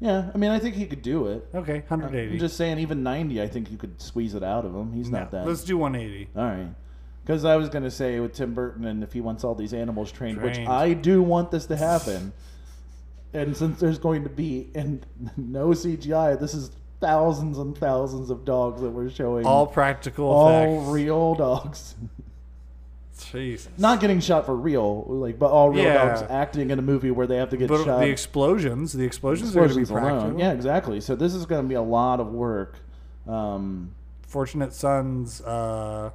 [SPEAKER 1] Yeah. I mean, I think he could do it.
[SPEAKER 2] Okay,
[SPEAKER 1] I'm
[SPEAKER 2] hundred eighty.
[SPEAKER 1] just saying, even 90, I think you could squeeze it out of him. He's not that.
[SPEAKER 2] Let's do one eighty.
[SPEAKER 1] All right. Because I was going to say with Tim Burton, and if he wants all these animals trained, which
[SPEAKER 2] Trained.
[SPEAKER 1] I do want this to happen, and since there's going to be and [LAUGHS] no CGI, this is thousands and thousands of dogs that we're showing.
[SPEAKER 2] All practical
[SPEAKER 1] all
[SPEAKER 2] effects.
[SPEAKER 1] real dogs.
[SPEAKER 2] Jesus.
[SPEAKER 1] Not getting shot for real, like, but all real
[SPEAKER 2] Yeah.
[SPEAKER 1] dogs acting in a movie where they have to get
[SPEAKER 2] But
[SPEAKER 1] shot.
[SPEAKER 2] the explosions, the explosions,
[SPEAKER 1] explosions
[SPEAKER 2] are going to be
[SPEAKER 1] alone.
[SPEAKER 2] practical.
[SPEAKER 1] Yeah, exactly. So this is going to be a lot of work. Um,
[SPEAKER 2] Fortunate Sons uh,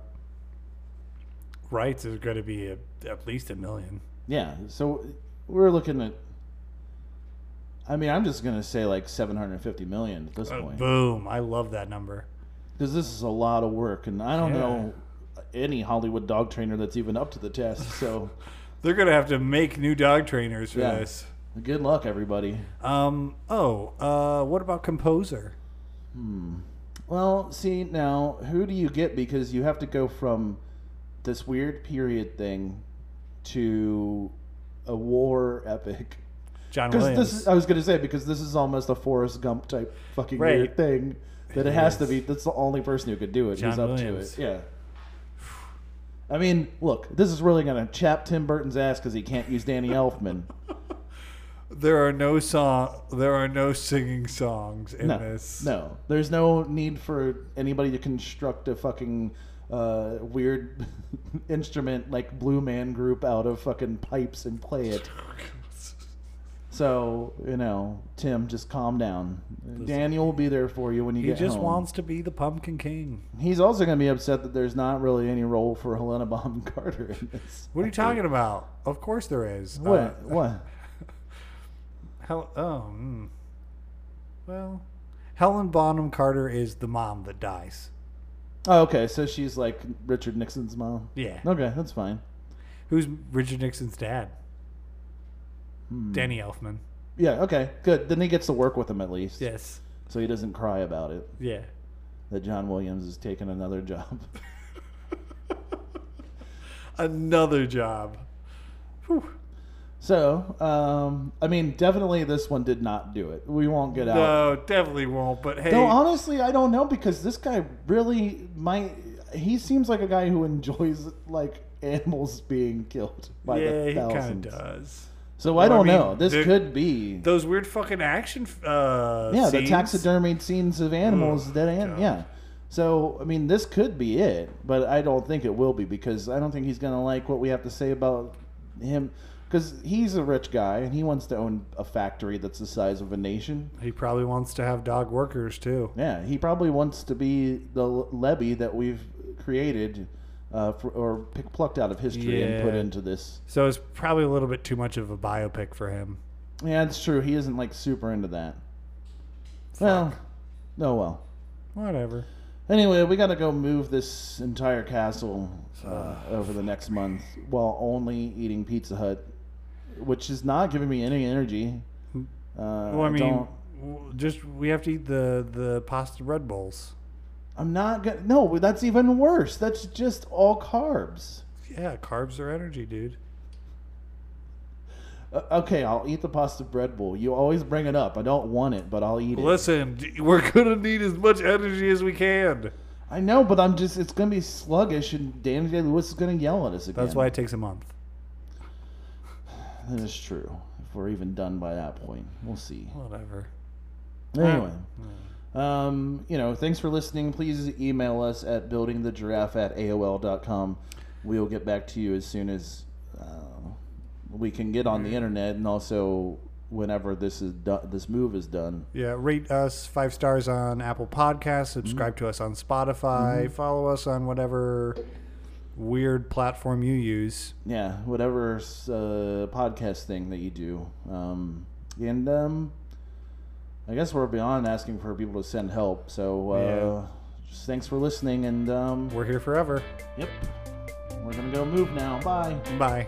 [SPEAKER 2] rights is going to be a, at least a million.
[SPEAKER 1] Yeah, so we're looking at. I mean, I'm just gonna say like 750 million at this
[SPEAKER 2] Uh,
[SPEAKER 1] point
[SPEAKER 2] boom! I love that number.
[SPEAKER 1] because this is a lot of work, and I don't
[SPEAKER 2] Yeah.
[SPEAKER 1] know any Hollywood dog trainer that's even up to the test.
[SPEAKER 2] [LAUGHS]
[SPEAKER 1] So,
[SPEAKER 2] They're going to have to make new dog trainers for
[SPEAKER 1] Yeah.
[SPEAKER 2] this.
[SPEAKER 1] good luck, everybody.
[SPEAKER 2] Um. Oh. Uh. What about composer?
[SPEAKER 1] Well, see now, who do you get? Because you have to go from this weird period thing to a war epic.
[SPEAKER 2] John
[SPEAKER 1] Because
[SPEAKER 2] Williams.
[SPEAKER 1] this, is, I was gonna say, because this is almost a Forrest Gump type fucking
[SPEAKER 2] Right.
[SPEAKER 1] weird thing that it has to be. That's the only person who could do it. who's
[SPEAKER 2] John
[SPEAKER 1] up
[SPEAKER 2] Williams.
[SPEAKER 1] to it? Yeah. I mean, look, this is really gonna chap Tim Burton's ass because he can't use Danny Elfman.
[SPEAKER 2] there are no song. There are no singing songs in
[SPEAKER 1] No,
[SPEAKER 2] this.
[SPEAKER 1] no, there's no need for anybody to construct a fucking uh, weird [LAUGHS] instrument like Blue Man Group out of fucking pipes and play it. So you know, Tim, just calm down. Daniel will be there for you when you
[SPEAKER 2] He
[SPEAKER 1] get
[SPEAKER 2] just
[SPEAKER 1] home.
[SPEAKER 2] wants to be the Pumpkin King.
[SPEAKER 1] He's also going to be upset that there's not really any role for Helena Bonham [LAUGHS] Carter in this.
[SPEAKER 2] What are you talking about? Of course there is.
[SPEAKER 1] What?
[SPEAKER 2] Uh,
[SPEAKER 1] what?
[SPEAKER 2] Hel- oh, mm. well, Helen Bonham Carter is the mom that dies.
[SPEAKER 1] Oh, okay. So she's like Richard Nixon's mom.
[SPEAKER 2] Yeah.
[SPEAKER 1] Okay, that's fine.
[SPEAKER 2] Who's Richard Nixon's dad? Danny Elfman.
[SPEAKER 1] Yeah. Okay. Good. Then he gets to work with him at least.
[SPEAKER 2] Yes.
[SPEAKER 1] So he doesn't cry about it
[SPEAKER 2] Yeah.
[SPEAKER 1] that John Williams is taking another job. [LAUGHS]
[SPEAKER 2] Another job. Whew.
[SPEAKER 1] So, um, I mean, definitely this one did not do it. We won't get out.
[SPEAKER 2] No, definitely won't. But hey,
[SPEAKER 1] No, honestly, I don't know because this guy really might. He seems like a guy who enjoys like [LAUGHS] animals being killed by
[SPEAKER 2] yeah,
[SPEAKER 1] the
[SPEAKER 2] he kind
[SPEAKER 1] thousands.
[SPEAKER 2] of does.
[SPEAKER 1] So I
[SPEAKER 2] Well, I
[SPEAKER 1] don't
[SPEAKER 2] mean,
[SPEAKER 1] know. This
[SPEAKER 2] the-
[SPEAKER 1] could be
[SPEAKER 2] Those weird fucking action. Uh,
[SPEAKER 1] yeah
[SPEAKER 2] scenes.
[SPEAKER 1] the taxidermied scenes of animals
[SPEAKER 2] Ugh,
[SPEAKER 1] that an-
[SPEAKER 2] God.
[SPEAKER 1] yeah. So I mean, this could be it, but I don't think it will be because I don't think he's gonna like what we have to say about him because he's a rich guy and he wants to own a factory that's the size of a nation.
[SPEAKER 2] He probably wants to have dog workers too.
[SPEAKER 1] Yeah, he probably wants to be the l- levy that we've created, uh, for, or pick, plucked out of history and put
[SPEAKER 2] Yeah.
[SPEAKER 1] into this.
[SPEAKER 2] So it's probably a little bit too much of a biopic for him.
[SPEAKER 1] Yeah, it's true. He isn't like super into that. Well, no, well.
[SPEAKER 2] Whatever.
[SPEAKER 1] Anyway, we gotta go move this entire castle uh, over the next month while only eating Pizza Hut, which is not giving me any energy. Uh,
[SPEAKER 2] Hmm. Well, I mean,
[SPEAKER 1] don't,
[SPEAKER 2] w- just we have to eat the the pasta bread bowls.
[SPEAKER 1] I'm not gonna. No, that's even worse. That's just all carbs.
[SPEAKER 2] Yeah, carbs are energy, dude.
[SPEAKER 1] Uh, okay, I'll eat the pasta bread bowl. You always bring it up. I don't want it, but I'll eat it.
[SPEAKER 2] Listen, d- we're gonna need as much energy as we can.
[SPEAKER 1] I know, but I'm just. It's gonna be sluggish, and Danny Day Lewis is gonna yell at us again.
[SPEAKER 2] That's why it takes a month.
[SPEAKER 1] That is true. If we're even done by that point, we'll see.
[SPEAKER 2] Whatever.
[SPEAKER 1] Anyway, um, you know, thanks for listening. Please email us at buildingthegiraffe at AOL.com. We'll get back to you as soon as uh, we can get on the internet and also whenever this is do- this move is done.
[SPEAKER 2] Yeah, rate us five stars on Apple Podcasts.
[SPEAKER 1] Mm-hmm.
[SPEAKER 2] Subscribe to us on Spotify. Follow us on whatever weird platform you use.
[SPEAKER 1] Yeah, whatever uh, podcast thing that you do. Um, and um, I guess we're beyond asking for people to send help. So uh, just thanks for listening. And um,
[SPEAKER 2] We're here forever.
[SPEAKER 1] yep, we're going to go move now. Bye.
[SPEAKER 2] Bye.